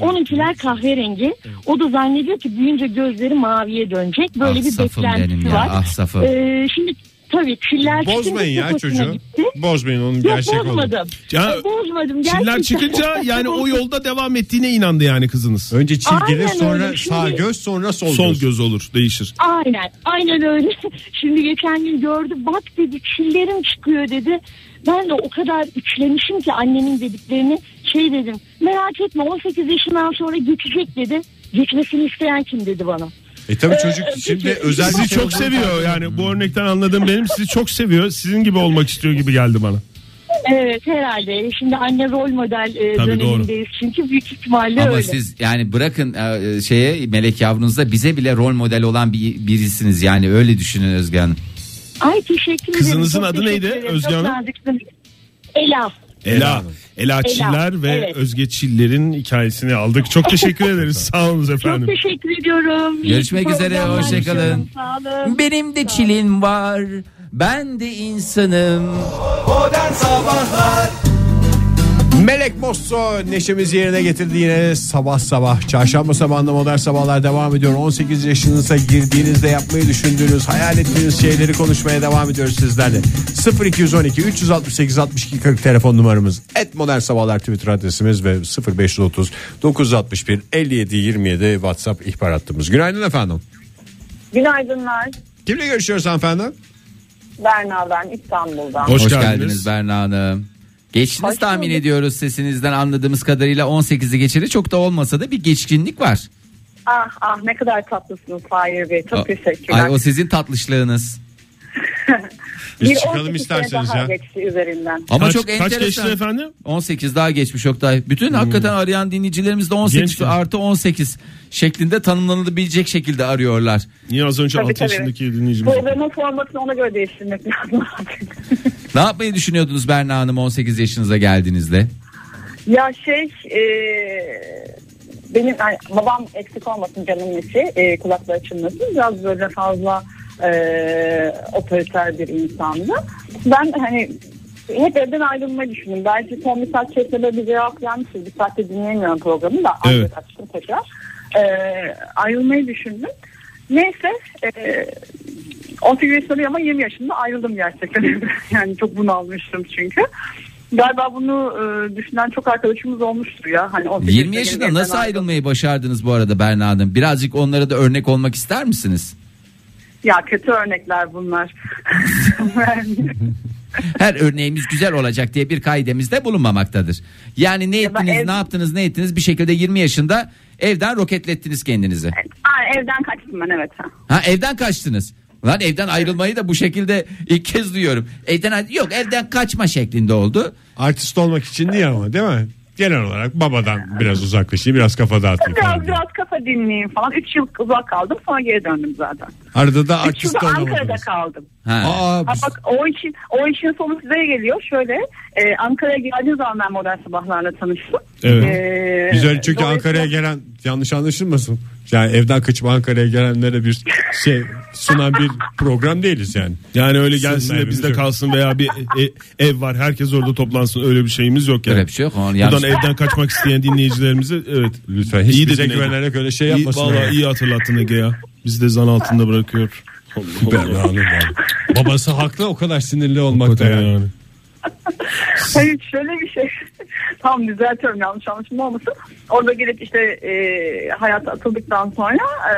Speaker 9: Onunkiler kahverengi. O da zannediyor ki büyüyünce gözleri maviye dönecek. Böyle
Speaker 4: ah
Speaker 9: bir
Speaker 4: safım benim
Speaker 9: beklentisi
Speaker 4: ya
Speaker 9: var.
Speaker 4: ah safım.
Speaker 9: Ee, şimdi tabii çiller
Speaker 8: Bozmayın
Speaker 9: çıkınca çok
Speaker 8: ya
Speaker 9: hoşuna
Speaker 8: çocuğu.
Speaker 9: gitti.
Speaker 8: Bozmayın onun
Speaker 9: Yok
Speaker 8: gerçek olduğunu.
Speaker 9: bozmadım.
Speaker 3: Ya,
Speaker 9: Ee, bozmadım.
Speaker 3: Çiller
Speaker 9: gerçekten.
Speaker 3: çıkınca yani o yolda devam ettiğine inandı yani kızınız.
Speaker 2: Önce çil
Speaker 9: Aynen
Speaker 2: gelir sonra
Speaker 9: öyle. Şimdi-
Speaker 2: sağ göz sonra sol,
Speaker 3: Sol
Speaker 2: göz.
Speaker 3: göz olur değişir.
Speaker 9: Aynen aynen öyle. Şimdi geçen gün gördü bak dedi çillerim çıkıyor dedi. Ben de o kadar üçlemişim ki annemin dediklerini şey dedim. Merak etme 18 yaşından sonra geçecek dedi. Geçmesini isteyen kim dedi bana.
Speaker 2: E tabi çocuk
Speaker 9: Ee,
Speaker 2: şimdi
Speaker 9: peki.
Speaker 2: özel bir
Speaker 3: Sizi
Speaker 2: şey
Speaker 3: çok seviyor yani bu örnekten anladığım benim sizi çok seviyor. Sizin gibi olmak istiyor gibi geldi bana.
Speaker 9: Evet herhalde şimdi anne rol model e,
Speaker 3: Tabii
Speaker 9: dönemindeyiz çünkü büyük ihtimalle
Speaker 4: Ama
Speaker 9: öyle.
Speaker 4: siz yani bırakın e, e, şeye melek yavrunuza bize bile rol model olan bir birisiniz yani öyle düşünün Özge Hanım.
Speaker 9: Ay teşekkür ederim.
Speaker 3: Kızınızın
Speaker 9: Çok
Speaker 3: adı
Speaker 9: teşekkür
Speaker 3: neydi,
Speaker 9: ederim.
Speaker 3: Özge
Speaker 9: Çok
Speaker 3: Hanım?
Speaker 9: naziksiniz. Ela.
Speaker 3: Ela, Ela Çiller
Speaker 9: Ela,
Speaker 3: ve
Speaker 9: evet.
Speaker 3: Özge Çiller'in hikayesini aldık. Çok teşekkür ederiz. Sağ olun
Speaker 9: Çok
Speaker 3: efendim.
Speaker 9: teşekkür ediyorum. İyi
Speaker 4: Görüşmek üzere,
Speaker 9: programlar
Speaker 4: hoşçakalın.
Speaker 9: diliyorum. Sağ olun.
Speaker 4: Benim de çilim var. Ben de insanım.
Speaker 2: Melek Mosso neşemizi yerine getirdi yine sabah sabah. Çarşamba sabahında modern sabahlar devam ediyor. 18 yaşınıza girdiğinizde yapmayı düşündüğünüz, hayal ettiğiniz şeyleri konuşmaya devam ediyoruz sizlerle. 0212 368 62 40 telefon numaramız. Et modern sabahlar Twitter adresimiz ve 0530 961 57 27 WhatsApp ihbar hattımız. Günaydın efendim.
Speaker 7: Günaydınlar.
Speaker 2: Kimle görüşüyoruz hanımefendi?
Speaker 7: Berna ben İstanbul'dan.
Speaker 3: Hoş
Speaker 4: Hoş, geldiniz.
Speaker 3: geldiniz
Speaker 4: Berna Hanım. Geçtiniz
Speaker 7: Hoş
Speaker 4: tahmin
Speaker 7: bulduk.
Speaker 4: ediyoruz sesinizden anladığımız kadarıyla 18'i geçeli çok da olmasa da bir geçkinlik var.
Speaker 7: Ah ah ne kadar tatlısınız Fahir Bey. Çok teşekkürler.
Speaker 4: Ay, o sizin tatlışlığınız.
Speaker 8: Biz
Speaker 7: Bir
Speaker 8: çıkalım
Speaker 7: 18 sene
Speaker 8: isterseniz
Speaker 7: daha
Speaker 8: ya.
Speaker 7: geçti üzerinden.
Speaker 4: Ama
Speaker 3: kaç,
Speaker 4: çok
Speaker 3: kaç geçti
Speaker 4: enteresan.
Speaker 3: efendim?
Speaker 4: 18 daha geçmiş Oktay. Bütün hakikaten arayan dinleyicilerimiz de 18
Speaker 3: Gençler.
Speaker 4: artı 18 şeklinde tanımlanabilecek şekilde arıyorlar.
Speaker 3: Niye az önce
Speaker 7: Tabii,
Speaker 3: 6
Speaker 7: tabii.
Speaker 3: yaşındaki dinleyicimiz?
Speaker 7: Programın formatını ona göre değiştirmek lazım artık.
Speaker 4: Ne yapmayı düşünüyordunuz Berna Hanım 18 yaşınıza geldiğinizde?
Speaker 7: Ya şey e, benim yani babam eksik olmasın canım nesi e, kulakları çınlasın biraz böyle fazla e, otoriter bir insandı. Ben hani hep evden ayrılmayı düşündüm. Belki son bir saat içerisinde bir cevap vermiştir. Bir saatte dinleyemiyorum programı da.
Speaker 3: Evet.
Speaker 7: Evet. Açtım tekrar. E, ayrılmayı düşündüm. Neyse e, 18 yaşındayım ama 20 yaşında ayrıldım gerçekten. evden. yani çok bunalmıştım çünkü. Galiba bunu e, düşünen çok arkadaşımız olmuştur ya. Hani 18
Speaker 4: 20 yaşında
Speaker 7: yeni
Speaker 4: nasıl
Speaker 7: evden
Speaker 4: ayrılmayı başardınız bu arada Berna Hanım? Birazcık onlara da örnek olmak ister misiniz?
Speaker 7: Ya kötü örnekler bunlar.
Speaker 4: Her örneğimiz güzel olacak diye bir kaidemizde bulunmamaktadır. Yani ne
Speaker 7: ben
Speaker 4: ettiniz,
Speaker 7: ev-
Speaker 4: ne yaptınız, ne ettiniz bir şekilde 20 yaşında evden roketlettiniz kendinizi.
Speaker 7: Aa, evden kaçtım ben evet. ha.
Speaker 4: Ha evden kaçtınız. Lan evden ayrılmayı da bu şekilde ilk kez duyuyorum. Evden yok evden kaçma şeklinde oldu.
Speaker 8: Artist olmak için değil ama değil mi? Genel olarak babadan biraz uzaklaşayım biraz kafa dağıtayım.
Speaker 7: Biraz
Speaker 8: falan diye.
Speaker 7: biraz kafa dinleyeyim falan. 3 yıl uzak kaldım sonra geri döndüm zaten.
Speaker 2: Arada da
Speaker 7: 3 yıl
Speaker 2: artist
Speaker 7: da Ankara'da
Speaker 2: olamadınız.
Speaker 7: kaldım.
Speaker 4: Ha.
Speaker 2: Aa,
Speaker 7: Ha, bak o işin, o işin sonu size geliyor. Şöyle e, Ankara'ya geldiğim zaman ben modern sabahlarla tanıştım.
Speaker 8: Evet.
Speaker 7: E,
Speaker 8: Biz öyle çünkü
Speaker 7: dolayısıyla-
Speaker 8: Ankara'ya gelen yanlış anlaşılmasın. Yani evden kaçıp Ankara'ya gelenlere bir şey sunan bir program değiliz yani.
Speaker 3: Yani öyle gelsin de
Speaker 8: Sizin
Speaker 3: bizde
Speaker 8: yok.
Speaker 3: kalsın veya bir e- e- ev var herkes orada toplansın öyle bir şeyimiz yok yani.
Speaker 4: Öyle bir şey yok. Yani
Speaker 3: Buradan evden kaçmak isteyen dinleyicilerimize evet
Speaker 8: Lütfen hiç
Speaker 3: İyi
Speaker 8: bize
Speaker 3: dedin Ege.
Speaker 8: güvenerek öyle şey
Speaker 3: iyi,
Speaker 8: yapmasınlar.
Speaker 3: valla iyi hatırlattın Ege ya. Bizi de zan altında bırakıyor. Allah Allah.
Speaker 8: Berna Hanım ya. Babası haklı o kadar sinirli olmakta
Speaker 3: Hakikaten
Speaker 8: yani.
Speaker 3: yani.
Speaker 7: Hayır şöyle bir şey. Tam düzeltiyorum yanlış anlaşılma olmasın. Orada gelip işte e, hayata atıldıktan sonra e,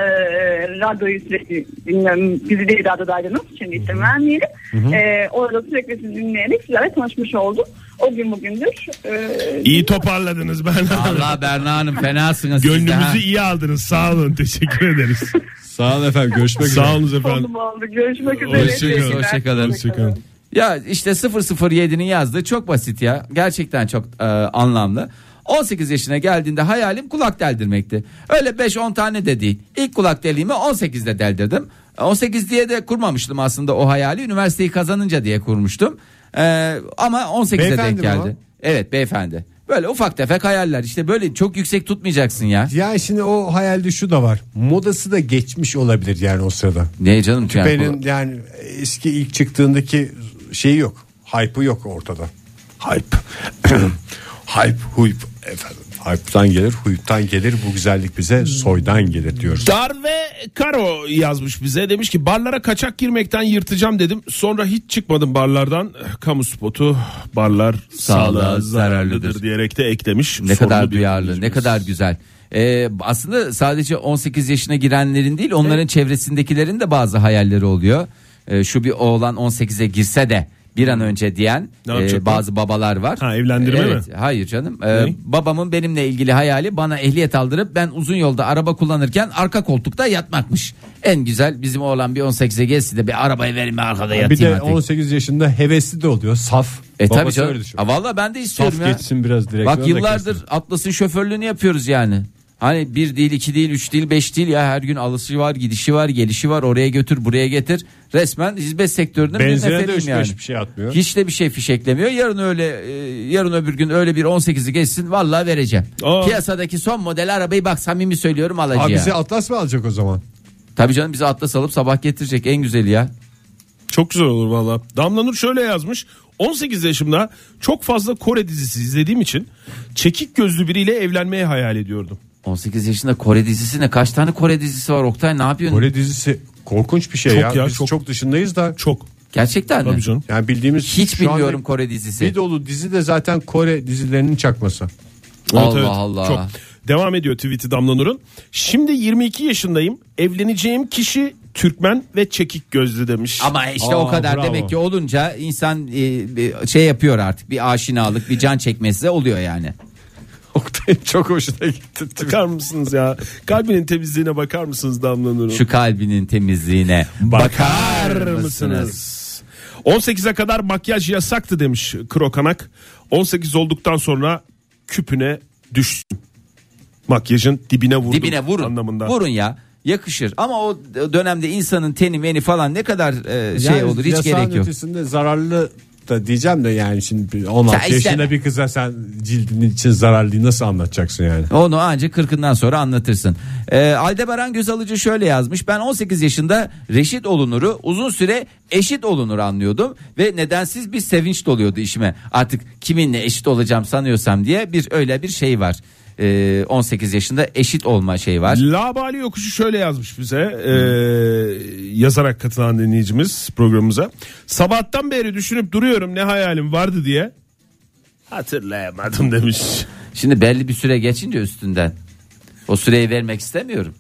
Speaker 7: radyoyu sürekli dinliyorum. Bizi de iradedaydım. Şimdi isim vermeyelim. E, orada sürekli sizi dinleyerek sizlerle tanışmış oldum. O gün bugündür. E,
Speaker 3: İyi toparladınız ben.
Speaker 4: Allah Berna Hanım fenasınız siz de. ha.
Speaker 3: Gönlümüzü iyi aldınız. Sağ olun. Teşekkür ederiz.
Speaker 8: Sağ olun efendim görüşmek üzere.
Speaker 3: Sağ olun efendim.
Speaker 7: konum oldu. Görüşmek üzere.
Speaker 4: Hoşçakalın.
Speaker 7: Sevgiler.
Speaker 4: Hoşçakalın.
Speaker 8: Hoşçakalın.
Speaker 4: Ya işte 007'nin yazdığı çok basit ya. Gerçekten çok e, anlamlı. 18 yaşına geldiğinde hayalim kulak deldirmekti. Öyle 5-10 tane de değil. İlk kulak deliğimi 18'de deldirdim. 18 diye de kurmamıştım aslında o hayali. Üniversiteyi kazanınca diye kurmuştum. E, ama 18'e
Speaker 2: Beyefendi
Speaker 4: denk
Speaker 2: mi
Speaker 4: geldi.
Speaker 2: o?
Speaker 4: Evet beyefendi. Böyle ufak tefek hayaller. İşte böyle çok yüksek tutmayacaksın ya.
Speaker 2: Yani şimdi o hayalde şu da var. Modası da geçmiş olabilir yani o sırada.
Speaker 4: Ne canım? yani bu-
Speaker 2: Benim yani eski ilk çıktığındaki şeyi yok. Hype'ı yok ortada. Hype. Hype, huyp efendim. Hype'tan gelir, huyptan gelir. Bu güzellik bize soydan gelir diyoruz.
Speaker 3: Dar ve Karo yazmış bize. Demiş ki barlara kaçak girmekten yırtacağım dedim. Sonra hiç çıkmadım barlardan. Kamu spotu barlar sağlığa zararlıdır
Speaker 4: zararlıdır
Speaker 3: diyerek de eklemiş.
Speaker 4: Ne
Speaker 3: Sorumlu
Speaker 4: kadar
Speaker 3: bir
Speaker 4: duyarlı, ne
Speaker 3: dinleyicimiz.
Speaker 4: kadar güzel. Ee, aslında sadece 18 yaşına girenlerin değil, onların çevresindekilerin de bazı hayalleri oluyor. Ee, şu bir oğlan 18'e girse de bir an önce diyen
Speaker 3: Ne
Speaker 4: e,
Speaker 3: yapacak
Speaker 4: bazı babalar var.
Speaker 3: Ha, evlendirme
Speaker 4: evet,
Speaker 3: mi?
Speaker 4: Hayır canım. Ee,
Speaker 3: Ne?
Speaker 4: babamın benimle ilgili hayali bana ehliyet aldırıp ben uzun yolda araba kullanırken arka koltukta yatmakmış. En güzel bizim oğlan bir 18'e gelsin de bir arabayı verin ben arkada yatayım
Speaker 2: bir de
Speaker 4: artık.
Speaker 2: 18 yaşında hevesli de oluyor, saf.
Speaker 4: E
Speaker 2: Babası
Speaker 4: tabii canım.
Speaker 2: öyle düşünüyor.
Speaker 4: Ha, Valla ben de istiyorum
Speaker 8: Saf
Speaker 4: ya.
Speaker 8: geçsin biraz direkt.
Speaker 4: Bak yıllardır Atlas'ın şoförlüğünü yapıyoruz yani. Hani bir değil, iki değil, üç değil, beş değil ya her gün alışı var, gidişi var, gelişi var. Oraya götür, buraya getir. Resmen hizmet sektörünün bir
Speaker 8: Benzine de
Speaker 4: neferiyim
Speaker 8: üç beş
Speaker 4: yani.
Speaker 8: bir şey atmıyor.
Speaker 4: Hiç de bir şey fişeklemiyor. Yarın öyle, e, yarın öbür gün öyle bir 18'i geçsin vallahi vereceğim.
Speaker 3: Aa.
Speaker 4: Piyasadaki son model arabayı bak samimi söylüyorum
Speaker 2: Abi
Speaker 4: alacağım.
Speaker 2: bize Atlas mı alacak o zaman?
Speaker 4: Tabii canım bize Atlas alıp sabah getirecek en güzeli ya.
Speaker 3: Çok güzel olur valla. Damla Nur şöyle yazmış. 18 yaşımda çok fazla Kore dizisi izlediğim için çekik gözlü biriyle evlenmeyi hayal ediyordum.
Speaker 4: 18 yaşında Kore dizisi ne? Kaç tane Kore dizisi var Oktay ne yapıyorsun?
Speaker 2: Kore dizisi korkunç bir şey
Speaker 3: Çok
Speaker 2: ya.
Speaker 3: ya,
Speaker 2: Biz
Speaker 3: çok.
Speaker 2: çok. dışındayız da.
Speaker 3: Çok.
Speaker 4: Gerçekten mi?
Speaker 3: Tabii canım.
Speaker 2: Yani bildiğimiz
Speaker 4: Hiç
Speaker 2: şu anda
Speaker 4: bilmiyorum Kore dizisi.
Speaker 2: Bir dolu dizi de zaten Kore dizilerinin çakması.
Speaker 3: Evet,
Speaker 4: Allah
Speaker 3: evet.
Speaker 4: Allah.
Speaker 3: Çok. Devam ediyor tweet'i Damla Nur'un. Şimdi 22 yaşındayım. Evleneceğim kişi Türkmen ve çekik gözlü demiş.
Speaker 4: Ama işte
Speaker 8: Aa,
Speaker 4: o kadar
Speaker 8: bravo.
Speaker 4: demek ki olunca insan e, bir şey yapıyor artık bir aşinalık bir can çekmesi de oluyor yani.
Speaker 2: Oktay çok hoşuna gitti.
Speaker 3: Bakar mısınız ya? Kalbinin temizliğine bakar mısınız Damla Nur'un?
Speaker 4: Şu kalbinin temizliğine bakar, mısınız?
Speaker 3: 18'e kadar makyaj yasaktı demiş Krokanak. 18 olduktan sonra küpüne düşsün. Makyajın dibine vurun.
Speaker 4: Dibine vurun.
Speaker 3: Anlamında.
Speaker 4: Vurun ya. Yakışır ama o dönemde insanın teni meni falan ne kadar e, şey
Speaker 2: Yani
Speaker 4: olur hiç
Speaker 2: yasağın
Speaker 4: gerek yok.
Speaker 2: ötesinde zararlı da diyeceğim de yani şimdi bir 16
Speaker 4: Sen
Speaker 2: yaşında
Speaker 4: isteme.
Speaker 2: bir kıza sen cildinin için zararlıyı nasıl anlatacaksın yani?
Speaker 4: Onu ancak 40'ından sonra anlatırsın. Ee, Aldebaran Gözalıcı şöyle yazmış. Ben 18 yaşında reşit olunuru uzun süre eşit olunur anlıyordum. Ve nedensiz bir sevinç doluyordu işime. Artık kiminle eşit olacağım sanıyorsam diye bir öyle bir şey var. Ee, 18 yaşında eşit olma şey var.
Speaker 3: Labali Yokuşu şöyle yazmış bize e, yazarak katılan dinleyicimiz programımıza. Sabahtan beri düşünüp duruyorum ne hayalim vardı diye. Hatırlayamadım demiş.
Speaker 4: Şimdi belli bir süre geçince üstünden. O süreyi vermek istemiyorum.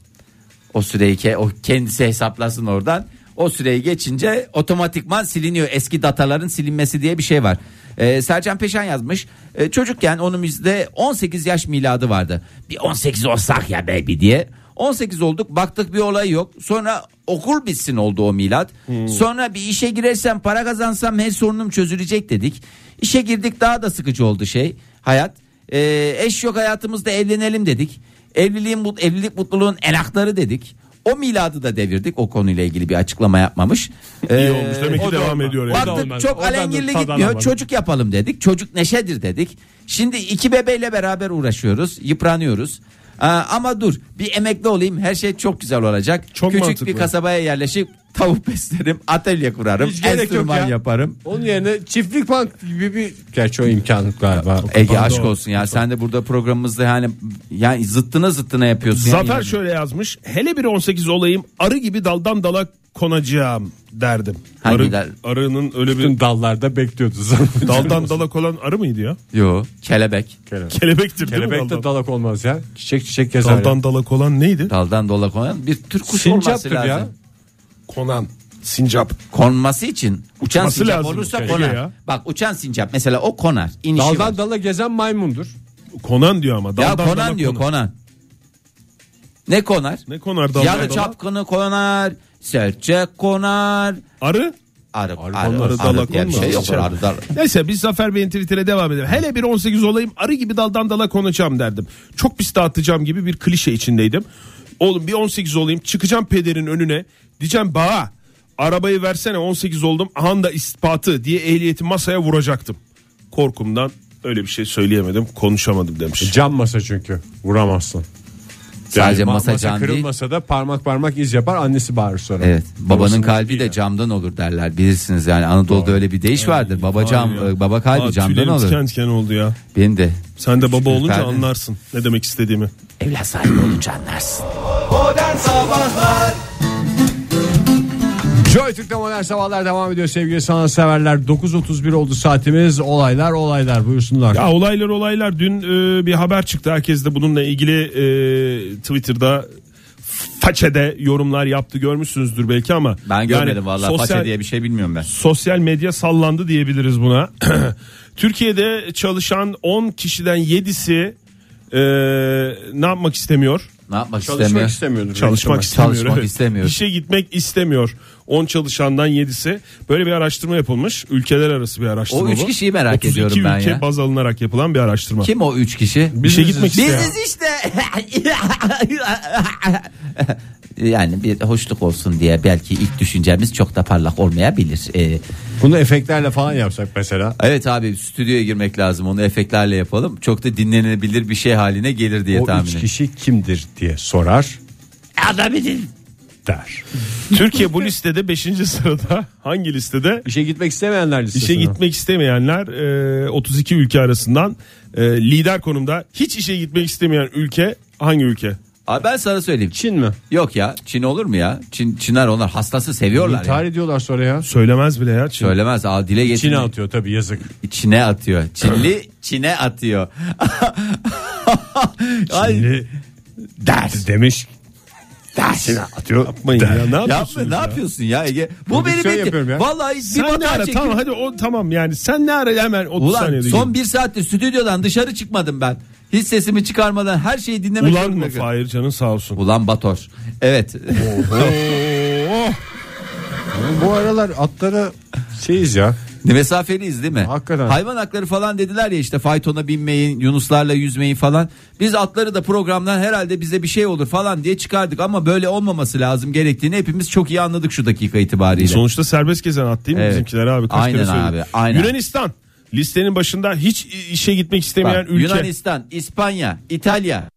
Speaker 4: O süreyi ke, o kendisi hesaplasın oradan. O süreyi geçince otomatikman siliniyor. Eski dataların silinmesi diye bir şey var. Ee, Sercan Peşen yazmış. Ee, çocukken onun bizde 18 yaş miladı vardı. Bir 18 olsak ya baby diye. 18 olduk baktık bir olay yok. Sonra okul bitsin oldu o milat. Sonra bir işe girersem para kazansam her sorunum çözülecek dedik. İşe girdik daha da sıkıcı oldu şey hayat. Ee, eş yok hayatımızda evlenelim dedik. Evliliğin mut- evlilik mutluluğun enakları dedik. O miladı da devirdik. O konuyla ilgili bir açıklama yapmamış. Ee,
Speaker 3: İyi olmuş demek ki devam ediyor. yani.
Speaker 8: O da
Speaker 4: Baktık
Speaker 8: olmaz.
Speaker 4: çok
Speaker 8: Oradan da
Speaker 4: alengirli
Speaker 8: tadına
Speaker 4: gitmiyor.
Speaker 8: varım.
Speaker 4: Çocuk yapalım dedik. Çocuk neşedir dedik. Şimdi iki bebeğle beraber uğraşıyoruz. Yıpranıyoruz. Aa, ama dur bir emekli olayım her şey çok güzel olacak.
Speaker 3: Çok
Speaker 4: Küçük bir
Speaker 3: mantıklı.
Speaker 4: kasabaya yerleşip tavuk beslerim, atölye kurarım,
Speaker 2: Hiç gerek yok
Speaker 4: enstrüman
Speaker 2: ya.
Speaker 4: yaparım.
Speaker 2: Onun yerine çiftlik bank gibi bir gerçi o imkanlık galiba. E,
Speaker 4: Ege E, aşk olsun ya. Sen de burada programımızda yani yani zıttına zıttına yapıyorsun. ya.
Speaker 3: Zafer şöyle yazmış. Hele bir 18 olayım arı gibi daldan dala konacağım derdim.
Speaker 4: Hangi
Speaker 3: Arı,
Speaker 4: der-
Speaker 3: arının öyle bir
Speaker 8: Bütün dallarda bekliyordu zaten.
Speaker 3: daldan dalak olan arı mıydı ya?
Speaker 4: Yo. Kelebek.
Speaker 3: Kelebektir değil mi
Speaker 8: Kelebek
Speaker 3: daldan?
Speaker 8: de dalak olmaz ya. Çiçek çiçek gezer. ya.
Speaker 3: Daldan dalak olan neydi?
Speaker 4: Daldan dolak olan bir tür kuş olması
Speaker 8: Sincaptır
Speaker 4: lazım.
Speaker 8: ya.
Speaker 3: Konan. Sincap.
Speaker 4: Konması için uçan
Speaker 3: Uçması
Speaker 4: sincap
Speaker 3: lazım
Speaker 4: olursa
Speaker 3: bir kere
Speaker 4: konar.
Speaker 3: ya.
Speaker 4: Bak uçan sincap mesela o konar. İnişi var.
Speaker 8: Daldan dala gezen maymundur.
Speaker 3: Konan diyor ama.
Speaker 4: ya
Speaker 3: Daldan
Speaker 4: konan
Speaker 3: dalak
Speaker 4: diyor
Speaker 3: konan.
Speaker 4: konan. Ne konar?
Speaker 3: Ne konar daldan
Speaker 4: Yarı
Speaker 3: dalak?
Speaker 4: çapkını konar, serçe konar,
Speaker 3: Arı?
Speaker 4: arı, arı,
Speaker 3: konar,
Speaker 4: arı,
Speaker 3: dalak
Speaker 4: diye bir
Speaker 3: olmaz.
Speaker 4: şey yok.
Speaker 3: Hiç
Speaker 4: Arı, dalak.
Speaker 3: Neyse biz Zafer Bey'in Twitter'e devam edelim. Hele bir 18 olayım arı gibi daldan dala konacağım derdim. Çok pis dağıtacağım gibi bir klişe içindeydim. Oğlum bir 18 olayım çıkacağım pederin önüne. Diyeceğim bağa arabayı versene 18 oldum anda ispatı diye ehliyeti masaya vuracaktım. Korkumdan öyle bir şey söyleyemedim konuşamadım
Speaker 4: E,
Speaker 3: demiş.
Speaker 8: Cam masa çünkü. Vuramazsın.
Speaker 4: Sadece
Speaker 8: ma-
Speaker 4: masa cam değil.
Speaker 8: kırılmasa da parmak parmak iz yapar annesi bağırır sonra.
Speaker 4: Evet. Babanın
Speaker 8: Babasının
Speaker 4: kalbi de camdan olur derler. Bilirsiniz yani Anadolu'da öyle bir deyiş vardır. Baba cam,
Speaker 3: Ay ya.
Speaker 4: baba kalbi
Speaker 3: Aa,
Speaker 4: camdan
Speaker 3: tüylerim
Speaker 4: olur.
Speaker 3: Diken diken oldu ya.
Speaker 4: Benim de.
Speaker 3: Sen de baba olunca
Speaker 4: Efendim?
Speaker 3: anlarsın ne demek istediğimi.
Speaker 4: Evlat sahibi olunca anlarsın.
Speaker 2: Joy Türk'te modern sabahlar devam ediyor sevgili sanatseverler. 9.31 oldu saatimiz. Olaylar olaylar buyursunlar.
Speaker 3: Ya olaylar olaylar dün e, bir haber çıktı herkes de bununla ilgili e, Twitter'da façede yorumlar yaptı görmüşsünüzdür belki ama
Speaker 4: Ben görmedim vallahi
Speaker 3: sosyal,
Speaker 4: paça diye bir şey bilmiyorum ben.
Speaker 3: sosyal medya sallandı diyebiliriz buna. Türkiye'de çalışan 10 kişiden 7'si e, ne yapmak istemiyor?
Speaker 4: Ne yapmak
Speaker 8: Çalışmak
Speaker 4: istemiyor?
Speaker 8: istemiyordur.
Speaker 3: Çalışmak istemiyor.
Speaker 4: Çalışmak
Speaker 3: evet.
Speaker 4: istemiyor.
Speaker 3: İşe gitmek istemiyor. 10 çalışandan 7'si. Böyle bir araştırma yapılmış. Ülkeler arası bir araştırma
Speaker 4: O üç
Speaker 3: bu.
Speaker 4: kişiyi merak
Speaker 3: 32
Speaker 4: ediyorum ben
Speaker 3: ülke
Speaker 4: ya.
Speaker 3: baz alınarak yapılan bir araştırma.
Speaker 4: Kim o üç kişi?
Speaker 3: Bir şey gitmek istiyor.
Speaker 4: Biziz işte. yani bir hoşluk olsun diye belki ilk düşüncemiz çok da parlak olmayabilir. Ee,
Speaker 8: Bunu efektlerle falan yapsak mesela.
Speaker 4: evet abi stüdyoya girmek lazım onu efektlerle yapalım. Çok da dinlenebilir bir şey haline gelir diye
Speaker 8: O
Speaker 4: tahmin
Speaker 8: üç
Speaker 4: ediyorum.
Speaker 8: kişi kimdir diye sorar
Speaker 4: Adamın-
Speaker 8: der.
Speaker 3: Türkiye bu listede 5. sırada. Hangi listede?
Speaker 8: İşe gitmek istemeyenler listesine.
Speaker 3: İşe gitmek istemeyenler e, 32 ülke arasından e, lider konumda. Hiç işe gitmek istemeyen ülke hangi ülke?
Speaker 4: Abi ben sana söyleyeyim.
Speaker 8: Çin mi?
Speaker 4: Yok ya Çin olur mu ya? Çin, Çinler onlar hastası seviyorlar
Speaker 8: İntihar
Speaker 4: ya.
Speaker 8: ediyorlar sonra ya.
Speaker 3: Söylemez bile ya. Çin.
Speaker 4: Söylemez al dile getir.
Speaker 8: Çin'e atıyor tabii yazık.
Speaker 4: Çin'e atıyor. Çinli Çin'e atıyor. Ay,
Speaker 8: Çinli
Speaker 4: ders.
Speaker 8: demiş
Speaker 4: Ders.
Speaker 8: atıyor.
Speaker 3: Yapmayın ya. Ne yapıyorsunuz
Speaker 4: Yapma, ne
Speaker 3: ya? şey
Speaker 4: yapıyorsun ya Ege? Bu beni
Speaker 8: Prodüksiyon
Speaker 4: bekliyor.
Speaker 8: yapıyorum ya.
Speaker 4: Vallahi bir
Speaker 3: Sen ne
Speaker 4: vatan
Speaker 3: ara?
Speaker 4: çekiyor.
Speaker 3: Tamam hadi o tamam yani. Sen ne ara hemen 30
Speaker 4: Ulan
Speaker 3: saniyede
Speaker 4: son bir saattir stüdyodan dışarı çıkmadım ben. Hiç sesimi çıkarmadan her şeyi dinlemek
Speaker 3: Ulan
Speaker 4: zorunda
Speaker 3: mı
Speaker 4: kalıyorum.
Speaker 3: Fahir canın sağ olsun.
Speaker 4: Ulan Bator. Evet.
Speaker 8: Bu aralar atlara şeyiz ya.
Speaker 4: Ne mesafeliyiz değil mi?
Speaker 8: Hakikaten.
Speaker 4: Hayvan hakları falan dediler ya işte faytona binmeyin, yunuslarla yüzmeyin falan. Biz atları da programdan herhalde bize bir şey olur falan diye çıkardık ama böyle olmaması lazım gerektiğini hepimiz çok iyi anladık şu dakika itibariyle.
Speaker 3: Sonuçta serbest gezen at değil mi
Speaker 4: Evet.
Speaker 3: bizimkiler abi? Kaç
Speaker 4: Aynen
Speaker 3: kere söyledim.
Speaker 4: abi, aynen.
Speaker 3: Yunanistan listenin başında hiç işe gitmek
Speaker 4: Bak,
Speaker 3: istemeyen ülke
Speaker 4: Yunanistan, İspanya, İtalya.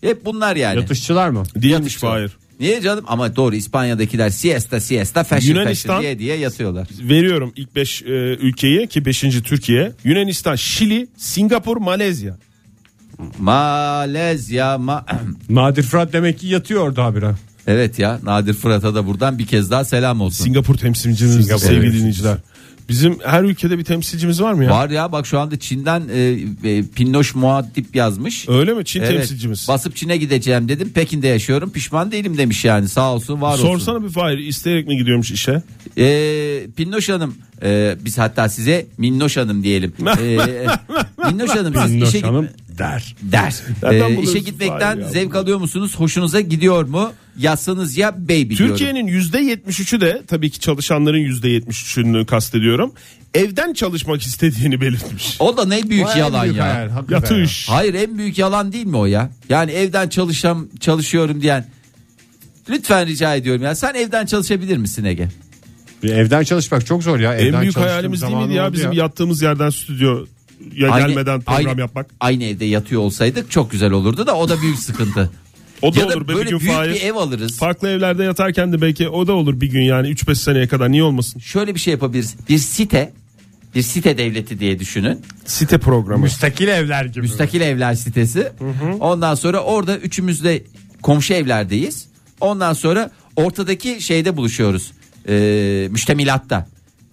Speaker 4: Hep bunlar yani.
Speaker 8: Yatışçılar mı?
Speaker 3: diyemiş Fahir.
Speaker 4: Niye canım? Ama doğru İspanya'dakiler siesta siesta fashion
Speaker 3: Yunanistan-
Speaker 4: fashion diye diye yatıyorlar.
Speaker 3: veriyorum ilk 5 ülkeyi ki 5. Türkiye. Yunanistan, Şili, Singapur, Malezya.
Speaker 4: Malezya ma
Speaker 8: Nadir Fırat demek ki yatıyor orada habire.
Speaker 4: Evet ya Nadir Fırat'a da buradan bir kez daha selam olsun.
Speaker 3: Singapur temsilcimiz
Speaker 8: Singapur,
Speaker 3: sevgili
Speaker 8: evet.
Speaker 3: dinleyiciler. Bizim her ülkede bir temsilcimiz var mı ya?
Speaker 4: Var ya bak şu anda Çin'den e, e, Pinnoş Muadip yazmış.
Speaker 3: Öyle mi? Çin
Speaker 4: Evet,
Speaker 3: temsilcimiz.
Speaker 4: Basıp Çin'e gideceğim dedim. Pekin'de yaşıyorum. Pişman değilim demiş yani. Sağ olsun, var olsun.
Speaker 3: Sorsana bir Fahir isteyerek mi gidiyormuş işe?
Speaker 4: Ee, Pinnoş Hanım, e, biz hatta size Minnoş Hanım diyelim. Ee, Minnoş Hanım siz işe
Speaker 8: Minnoş
Speaker 4: git-
Speaker 8: Hanım der.
Speaker 4: der.
Speaker 3: Nereden
Speaker 4: Ee, işe
Speaker 3: buluyorsunuz
Speaker 4: gitmekten
Speaker 3: Fahir ya?
Speaker 4: zevk alıyor musunuz? Hoşunuza gidiyor mu? Yazsanız ya baby diyorum.
Speaker 3: Türkiye'nin %73'ü de tabii ki çalışanların %73'ünü kastediyorum. Evden çalışmak istediğini belirtmiş.
Speaker 4: O da ne büyük
Speaker 8: Vay,
Speaker 4: yalan
Speaker 8: büyük
Speaker 4: ya.
Speaker 8: hayal, hakikaten ya.
Speaker 3: Yatış.
Speaker 4: Hayır en büyük yalan değil mi o ya? Yani evden çalışam çalışıyorum diyen Lütfen rica ediyorum ya. Sen evden çalışabilir misin Ege?
Speaker 8: Bir Evden çalışmak çok zor ya.
Speaker 3: En
Speaker 8: Evden
Speaker 3: büyük
Speaker 8: çalıştığım
Speaker 3: hayalimiz değil miydi
Speaker 8: zamanı
Speaker 3: ya
Speaker 8: oldu
Speaker 3: bizim yattığımız yerden stüdyoya
Speaker 4: Aynı-
Speaker 3: gelmeden program
Speaker 4: aynı-
Speaker 3: yapmak?
Speaker 4: Aynı evde yatıyor olsaydık çok güzel olurdu da o da büyük sıkıntı.
Speaker 3: O da
Speaker 4: ya da
Speaker 3: olur be bir
Speaker 4: böyle
Speaker 3: gün
Speaker 4: büyük
Speaker 3: Fahir.
Speaker 4: bir ev alırız.
Speaker 3: Farklı evlerde yatarken de belki o da olur bir gün yani 3-5 seneye kadar niye olmasın?
Speaker 4: Şöyle bir şey yapabiliriz. Bir site bir site devleti diye düşünün.
Speaker 3: Site programı.
Speaker 8: Müstakil evler gibi.
Speaker 4: Müstakil evler sitesi. Ondan sonra orada üçümüz de komşu evlerdeyiz. Ondan sonra ortadaki şeyde buluşuyoruz. e, müştemilatta.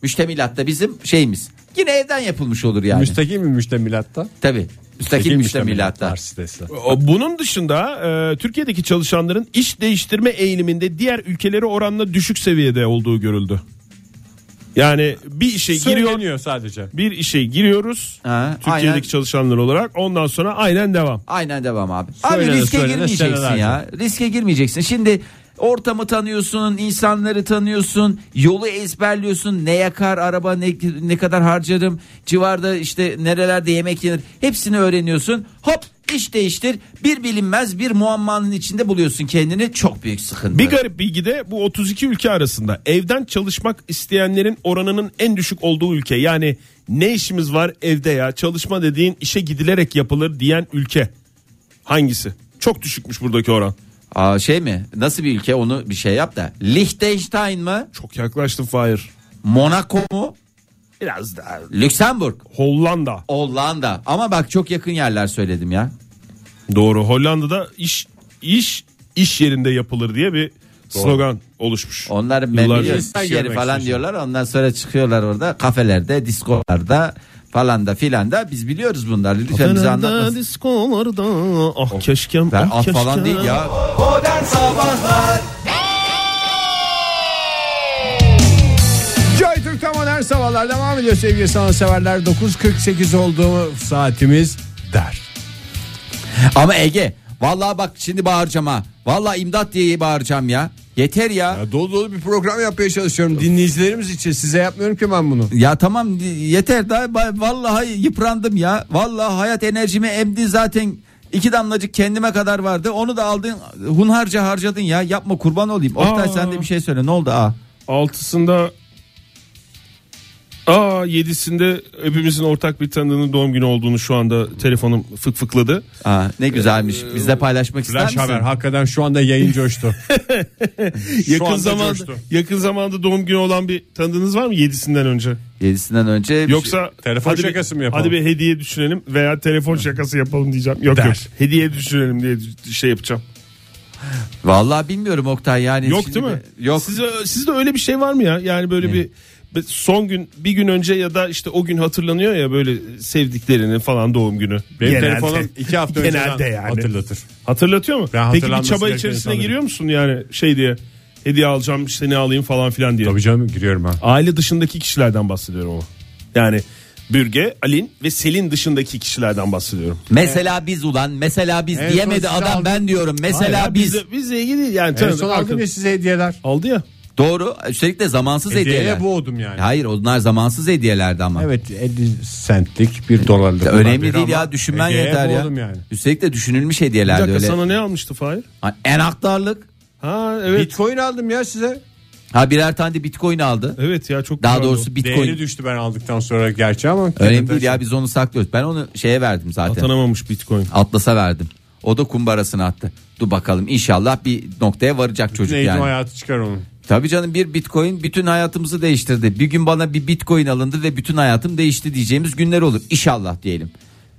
Speaker 4: Müştemilatta bizim şeyimiz. Yine evden yapılmış olur yani.
Speaker 8: Müstakil mi müştemilatta?
Speaker 4: Tabii. Müstakil müştemilatta.
Speaker 8: müştemilatlar sitesi.
Speaker 3: Bunun dışında e, Türkiye'deki çalışanların iş değiştirme eğiliminde diğer ülkelere oranla düşük seviyede olduğu görüldü. Yani bir işe giriyor,
Speaker 8: Söyleniyor sadece.
Speaker 3: bir işe giriyoruz.
Speaker 4: Ha,
Speaker 3: Türkiye'deki
Speaker 4: aynen.
Speaker 3: çalışanlar olarak ondan sonra aynen devam.
Speaker 4: Aynen devam abi.
Speaker 8: Söylene
Speaker 4: abi riske
Speaker 8: söylene
Speaker 4: girmeyeceksin
Speaker 8: senelerce.
Speaker 4: ya. Riske girmeyeceksin. Şimdi ortamı tanıyorsun, insanları tanıyorsun, yolu ezberliyorsun. Ne yakar araba, ne, ne kadar harcarım, civarda işte nerelerde yemek yenir. Hepsini öğreniyorsun. Hop iş değiştir. Bir bilinmez bir muammanın içinde buluyorsun kendini. Çok büyük sıkıntı.
Speaker 3: Bir garip bilgi de bu 32 ülke arasında evden çalışmak isteyenlerin oranının en düşük olduğu ülke. Yani ne işimiz var evde ya çalışma dediğin işe gidilerek yapılır diyen ülke hangisi? Çok düşükmüş buradaki oran.
Speaker 4: Aa, şey mi? Nasıl bir ülke onu bir şey yap da. Liechtenstein mı?
Speaker 3: Çok yaklaştın Fahir.
Speaker 4: Monaco mu?
Speaker 3: Biraz daha.
Speaker 4: Lüksemburg.
Speaker 3: Hollanda.
Speaker 4: Hollanda. Ama bak çok yakın yerler söyledim ya.
Speaker 3: Doğru. Hollanda'da iş iş iş yerinde yapılır diye bir slogan oluşmuş.
Speaker 4: Onlar
Speaker 3: Yıllarca.
Speaker 4: memnun
Speaker 8: insan
Speaker 4: yeri
Speaker 8: görmek
Speaker 4: falan
Speaker 8: istiyorsun.
Speaker 4: diyorlar. Ondan sonra çıkıyorlar orada kafelerde, diskolarda falan da filan da biz biliyoruz bunları. Lütfen bize anlatmasın.
Speaker 3: diskolarda ah keşkem
Speaker 4: Ben
Speaker 3: ah
Speaker 4: at
Speaker 3: keşkem.
Speaker 4: falan değil ya.
Speaker 2: Joy Türk'te modern sabahlar devam ediyor sevgili sanatseverler. 9.48 oldu saatimiz der.
Speaker 4: Ama Ege vallahi bak şimdi bağıracağım ha. Vallahi imdat diye bağıracağım ya. Yeter ya.
Speaker 2: Ya dolu dolu bir program yapmaya çalışıyorum dinleyicilerimiz için. Size yapmıyorum ki ben bunu.
Speaker 4: Ya tamam yeter daha ba- vallahi yıprandım ya. Vallahi hayat enerjimi emdi zaten. iki damlacık kendime kadar vardı. Onu da aldın hunharca harcadın ya. Yapma kurban olayım. Oktay
Speaker 3: Aa.
Speaker 4: sen de bir şey söyle. Ne oldu aa?
Speaker 3: Altısında Aa yedisinde hepimizin ortak bir tanıdığının doğum günü olduğunu şu anda telefonum fık fıkladı.
Speaker 4: Aa, ne güzelmiş. Bizle paylaşmak ister
Speaker 8: Flash
Speaker 4: misin?
Speaker 8: haber hakikaten şu anda yayın coştu.
Speaker 3: yakın
Speaker 8: anda
Speaker 3: zamanda
Speaker 8: coştu.
Speaker 3: yakın zamanda doğum günü olan bir tanıdığınız var mı yedisinden önce?
Speaker 4: Yedisinden önce bir şey-
Speaker 3: Yoksa
Speaker 8: Telefon
Speaker 3: hadi bir-
Speaker 8: şakası mı yapalım?
Speaker 3: Hadi bir hediye düşünelim veya telefon şakası yapalım diyeceğim. Yok
Speaker 8: Der.
Speaker 3: yok. Hediye düşünelim diye dü- şey yapacağım.
Speaker 4: vallahi bilmiyorum Oktay yani.
Speaker 3: Yok
Speaker 4: şimdi
Speaker 3: değil mi?
Speaker 4: de- Yok.
Speaker 3: Siz, sizde öyle bir şey var mı ya? Yani
Speaker 8: Hmm.
Speaker 3: böyle bir bir son gün bir gün önce ya da işte o gün hatırlanıyor ya böyle sevdiklerinin falan doğum günü.
Speaker 8: Benim
Speaker 3: Genelde.
Speaker 8: telefonum iki hafta önceden
Speaker 3: Genelde yani.
Speaker 8: hatırlatır.
Speaker 3: Hatırlatıyor mu?
Speaker 8: Ben
Speaker 3: Peki bir
Speaker 8: hatırlanması
Speaker 3: çaba
Speaker 8: gereken
Speaker 3: içerisine
Speaker 8: insanlarım.
Speaker 3: giriyor musun yani şey diye hediye alacağım seni alayım falan filan diye.
Speaker 8: Tabii canım giriyorum ha.
Speaker 3: Aile dışındaki kişilerden bahsediyorum ama. Yani Bürge, Alin ve Selin dışındaki kişilerden bahsediyorum.
Speaker 4: Mesela biz ulan mesela biz
Speaker 8: En son
Speaker 4: diyemedi
Speaker 8: size
Speaker 4: adam
Speaker 8: aldım.
Speaker 4: ben diyorum. Mesela
Speaker 3: Ya
Speaker 4: biz.
Speaker 3: bizle- bizle ilgili yani
Speaker 8: En
Speaker 3: tanıdık
Speaker 8: son aldım
Speaker 3: arkadaş-
Speaker 8: ya size hediyeler.
Speaker 3: aldı ya.
Speaker 4: Doğru. Üstelik de zamansız
Speaker 8: Hediyeye
Speaker 4: hediyeler.
Speaker 8: boğdum yani.
Speaker 4: Hayır onlar zamansız hediyelerdi ama.
Speaker 8: Evet 50 sentlik bir dolarlık.
Speaker 4: Önemli
Speaker 8: olabilir
Speaker 4: değil
Speaker 8: ama
Speaker 4: ya düşünmen
Speaker 8: Ege'ye
Speaker 4: yeter ya.
Speaker 8: boğdum yani.
Speaker 4: Üstelik de düşünülmüş
Speaker 3: Bir
Speaker 4: hediyelerdi
Speaker 3: dakika
Speaker 4: öyle.
Speaker 3: sana ne almıştı Fahir?
Speaker 4: Ha, En aktarlık.
Speaker 3: Ha evet.
Speaker 8: Bitcoin aldım ya size.
Speaker 4: Ha birer tane de bitcoin aldı.
Speaker 3: Evet ya çok
Speaker 4: Daha
Speaker 3: güzel
Speaker 4: doğrusu bitcoin.
Speaker 8: Değeri düştü ben aldıktan sonra gerçi ama. şey-
Speaker 4: Önemli değil ya biz onu saklıyoruz. Ben onu şeye verdim
Speaker 3: oldu.
Speaker 4: zaten.
Speaker 3: Atanamamış Bitcoin.
Speaker 4: Atlas'a verdim. O da kumbarasını attı. Dur bakalım inşallah bir noktaya varacak çocuk
Speaker 8: Eğitim
Speaker 4: yani.
Speaker 8: hayatı çıkar onun.
Speaker 4: Tabii canım bir bitcoin bütün hayatımızı değiştirdi. Bir gün bana bir bitcoin alındı ve bütün hayatım değişti diyeceğimiz günler olur. İnşallah diyelim.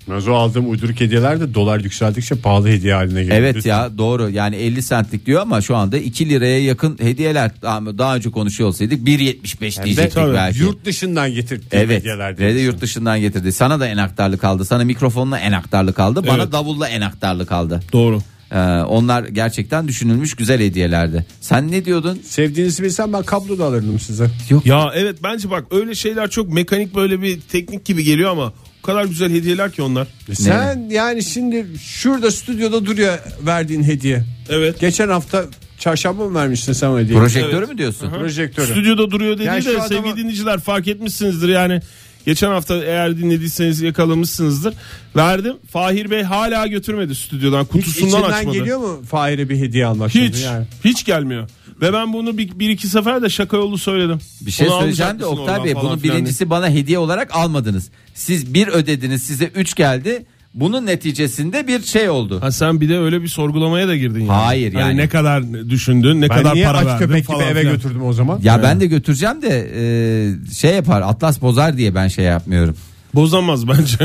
Speaker 8: Nazo aldığım uyduruk hediyeler de dolar yükseldikçe pahalı hediye haline geliyor.
Speaker 4: Evet
Speaker 8: Lütfen.
Speaker 4: ya doğru yani 50 centlik diyor ama şu anda 2 liraya yakın hediyeler daha, daha önce konuşuyor olsaydık 1.75 diyecektik
Speaker 8: Tabii,
Speaker 4: belki.
Speaker 8: Yurt dışından getirdiği
Speaker 4: Evet.
Speaker 8: hediyeler.
Speaker 4: Ve de yurt dışından getirdi. Sana da en aktarlık aldı. Sana mikrofonla en aktarlık aldı. Bana
Speaker 3: Evet.
Speaker 4: davulla en aktarlık aldı.
Speaker 3: Doğru.
Speaker 4: Ee, onlar gerçekten düşünülmüş güzel hediyelerdi. Sen ne diyordun?
Speaker 8: Sevdiğinizi bilsem ben kablo da alırdım size.
Speaker 3: Ya evet bence bak öyle şeyler çok mekanik böyle bir teknik gibi geliyor ama o kadar güzel hediyeler ki onlar.
Speaker 8: Sen yani şimdi şurada stüdyoda duruyor verdiğin hediye.
Speaker 3: Evet.
Speaker 8: Geçen hafta çarşamba mı vermiştin sen o hediyeyi?
Speaker 4: Projektörü mü diyorsun?
Speaker 8: Projektörü.
Speaker 3: Stüdyoda duruyor dediği
Speaker 8: Yani
Speaker 3: de
Speaker 8: şu adama-
Speaker 3: sevgili dinleyiciler fark etmişsinizdir yani. Geçen hafta eğer dinlediyseniz yakalamışsınızdır. Verdim. Fahir Bey hala götürmedi stüdyodan. Kutusundan
Speaker 8: İçinden
Speaker 3: açmadı.
Speaker 8: geliyor mu Fahir'e bir hediye almak? şimdi
Speaker 3: Hiç.
Speaker 8: yani?
Speaker 3: Hiç gelmiyor. Ve ben bunu bir, bir iki sefer de şaka yolu söyledim.
Speaker 4: Bir şey
Speaker 3: Onu
Speaker 4: söyleyeceğim
Speaker 3: alacak
Speaker 4: de
Speaker 3: mısın
Speaker 4: Oktay
Speaker 3: oradan
Speaker 4: Bey
Speaker 3: falan
Speaker 4: bunun
Speaker 3: filan diye.
Speaker 4: birincisi bana hediye olarak almadınız. Siz bir ödediniz size 3 geldi. Bunun neticesinde bir şey oldu.
Speaker 3: Ha sen bir de öyle bir sorgulamaya da girdin yani.
Speaker 4: Hayır
Speaker 3: Hani
Speaker 4: yani.
Speaker 3: ne kadar düşündün, ne
Speaker 8: Ben
Speaker 3: kadar
Speaker 8: niye
Speaker 3: para
Speaker 8: aç
Speaker 3: verdin
Speaker 8: köpek gibi
Speaker 3: falan
Speaker 8: eve
Speaker 3: filan.
Speaker 8: götürdüm o zaman?
Speaker 4: Ya ben de götüreceğim de e, şey yapar Atlas bozar diye ben şey yapmıyorum.
Speaker 3: Bozamaz bence.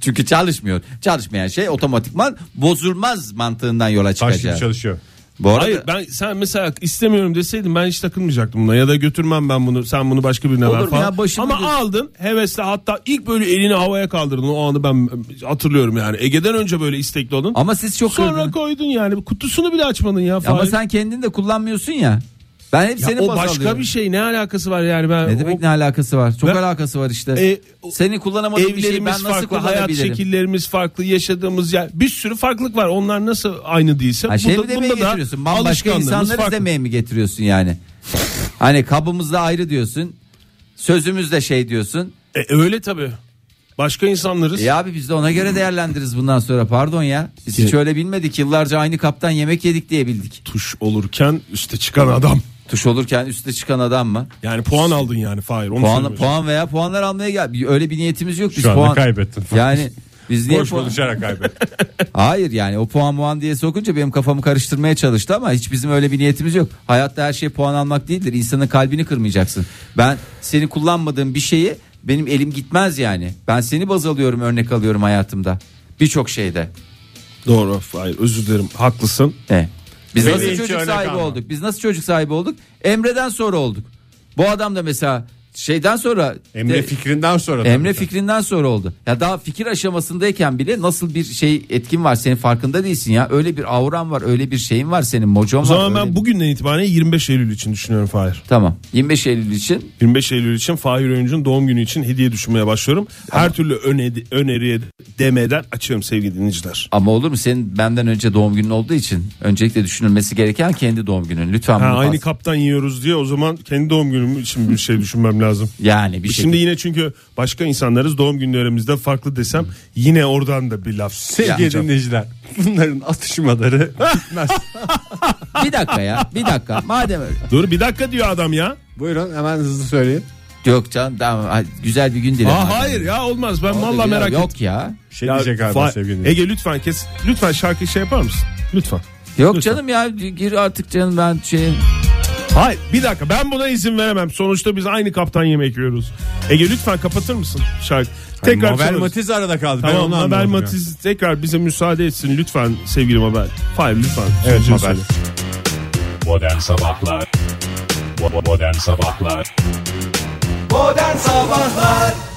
Speaker 4: Çünkü çalışmıyor. Çalışmayan şey otomatikman bozulmaz mantığından yola
Speaker 8: Taş gibi
Speaker 4: çıkacak.
Speaker 8: çalışıyor.
Speaker 4: Bu arada
Speaker 3: Hayır ben sen mesela istemiyorum deseydin ben hiç takılmayacaktım buna ya da götürmem ben bunu sen bunu başka birine
Speaker 4: Olur
Speaker 3: ver
Speaker 4: mu
Speaker 3: falan.
Speaker 4: ya, başımı
Speaker 3: Ama
Speaker 4: götür.
Speaker 3: aldın hevesle hatta ilk böyle elini havaya kaldırdın o anı ben hatırlıyorum yani Ege'den önce böyle istekli oldun.
Speaker 4: ama siz çok
Speaker 3: Sonra
Speaker 4: övdünüz.
Speaker 3: koydun yani kutusunu bile açmadın ya.
Speaker 4: Ama
Speaker 3: Fahir.
Speaker 4: sen kendini de kullanmıyorsun ya. Ben hep
Speaker 3: Ya
Speaker 4: seni
Speaker 3: o
Speaker 4: baz
Speaker 3: başka
Speaker 4: alıyorum.
Speaker 3: bir şey ne alakası var yani ben
Speaker 4: Ne demek ne alakası var? Çok
Speaker 3: Ben-
Speaker 4: alakası var işte.
Speaker 3: E, o-
Speaker 4: Seni kullanamadığım bir
Speaker 3: evlerimiz
Speaker 4: şeyi ben nasıl
Speaker 3: farklı hayat
Speaker 4: kullanabilirim?
Speaker 3: şekillerimiz farklı yaşadığımız yer bir sürü farklılık var onlar nasıl aynı değilse
Speaker 4: Ha, şey mi demeye
Speaker 3: bunda
Speaker 4: getiriyorsun? Bambaşka
Speaker 3: alışkanlığımız
Speaker 4: insanları
Speaker 3: farklı.
Speaker 4: demeye mi getiriyorsun yani? hani kabımızda ayrı diyorsun. Sözümüzle şey diyorsun.
Speaker 3: E, öyle tabii başka insanlarız.
Speaker 4: E abi biz de ona göre değerlendiririz bundan sonra pardon ya. Biz
Speaker 3: Şey-
Speaker 4: hiç öyle bilmedik. Yıllarca aynı kaptan yemek yedik diye bildik.
Speaker 3: Tuş olurken üste çıkan adam.
Speaker 4: Tuş olurken üste çıkan adam mı?
Speaker 3: Yani puan aldın yani Fahir. Onu
Speaker 4: Puan,
Speaker 3: söylüyorsun.
Speaker 4: puan veya puanlar almaya gel. Öyle bir niyetimiz yok. Biz
Speaker 8: Şu anda
Speaker 4: puan...
Speaker 8: kaybettin.
Speaker 4: Yani biz niye
Speaker 8: Boş
Speaker 4: puan-
Speaker 8: konuşarak kaybettim.
Speaker 4: Hayır yani o puan muan diye sokunca benim kafamı karıştırmaya çalıştı ama hiç bizim öyle bir niyetimiz yok. Hayatta her şey puan almak değildir. İnsanın kalbini kırmayacaksın. Ben seni kullanmadığım bir şeyi benim elim gitmez yani. Ben seni baz alıyorum örnek alıyorum hayatımda. Birçok şeyde.
Speaker 3: Doğru Fahir özür dilerim haklısın.
Speaker 4: E. Biz
Speaker 8: Benim
Speaker 4: nasıl
Speaker 8: hiç
Speaker 4: çocuk
Speaker 8: örnek
Speaker 4: sahibi
Speaker 8: almam.
Speaker 4: olduk? Biz nasıl çocuk sahibi olduk? Emre'den sonra olduk. Bu adam da mesela şeyden sonra
Speaker 8: Emre
Speaker 4: de-
Speaker 8: fikrinden sonra. tabii
Speaker 4: Emre
Speaker 8: ki.
Speaker 4: fikrinden sonra oldu. Ya daha fikir aşamasındayken bile nasıl bir şey etkin var senin farkında değilsin ya. Öyle bir auran var, öyle bir şeyin var senin mocon
Speaker 3: O
Speaker 4: var.
Speaker 3: zaman
Speaker 4: öyle-
Speaker 3: ben bugünden itibaren 25 Eylül için düşünüyorum Fahir.
Speaker 4: Tamam. 25 Eylül için
Speaker 3: 25 Eylül için Fahir Öğüncü'nün doğum günü için hediye düşünmeye başlıyorum. Her türlü öne- öneriye demeden açıyorum sevgili dinleyiciler.
Speaker 4: ama olur mu senin benden önce doğum günün olduğu için öncelikle düşünülmesi gereken kendi doğum günün. Lütfen
Speaker 3: Ha,
Speaker 4: bunu
Speaker 3: aynı
Speaker 4: pas-
Speaker 3: kaptan yiyoruz diye o zaman kendi doğum günüm için bir şey düşünmem lazım.
Speaker 4: yani bir
Speaker 3: E Şimdi
Speaker 4: şey.
Speaker 3: yine çünkü başka insanlarız doğum günlerimizde farklı desem yine oradan da bir laf.
Speaker 8: Sevgili
Speaker 3: yapacağım.
Speaker 8: dinleyiciler bunların atışmaları bitmez.
Speaker 4: Bir dakika ya. Bir dakika. Madem öyle.
Speaker 3: Dur bir dakika diyor adam ya.
Speaker 8: Buyurun hemen hızlı söyleyin.
Speaker 4: Yok canım tamam. Hadi, Güzel bir gün dilerim.
Speaker 3: Aa,
Speaker 4: Madem.
Speaker 3: hayır ya olmaz ben
Speaker 4: Oldu
Speaker 3: vallahi
Speaker 4: ya,
Speaker 3: merak ettim.
Speaker 4: Yok ya.
Speaker 8: Şey
Speaker 3: Ya,
Speaker 8: diyecek galiba
Speaker 3: Fa- E,
Speaker 8: sevgili dinleyiciler.
Speaker 3: Ege lütfen kes. Lütfen şarkı şey yapar mısın? Lütfen.
Speaker 4: Yok
Speaker 3: Lütfen.
Speaker 4: canım ya gir artık canım ben şey
Speaker 3: Hayır bir dakika ben buna izin veremem. Sonuçta biz aynı kaptan yemek yiyoruz. Ege lütfen kapatır mısın şarkı? Tekrar
Speaker 8: Mabel
Speaker 3: çalarız.
Speaker 8: Matiz arada kaldı. ben
Speaker 3: Tamam
Speaker 8: onu
Speaker 3: Mabel
Speaker 8: anlamadım ya.
Speaker 3: Matiz tekrar bize müsaade etsin lütfen sevgili Mabel. Hayır lütfen.
Speaker 8: Evet
Speaker 3: Sözünü
Speaker 8: Mabel.
Speaker 3: söyle.
Speaker 10: Modern Sabahlar Bo- bo- Modern Sabahlar
Speaker 2: Modern Sabahlar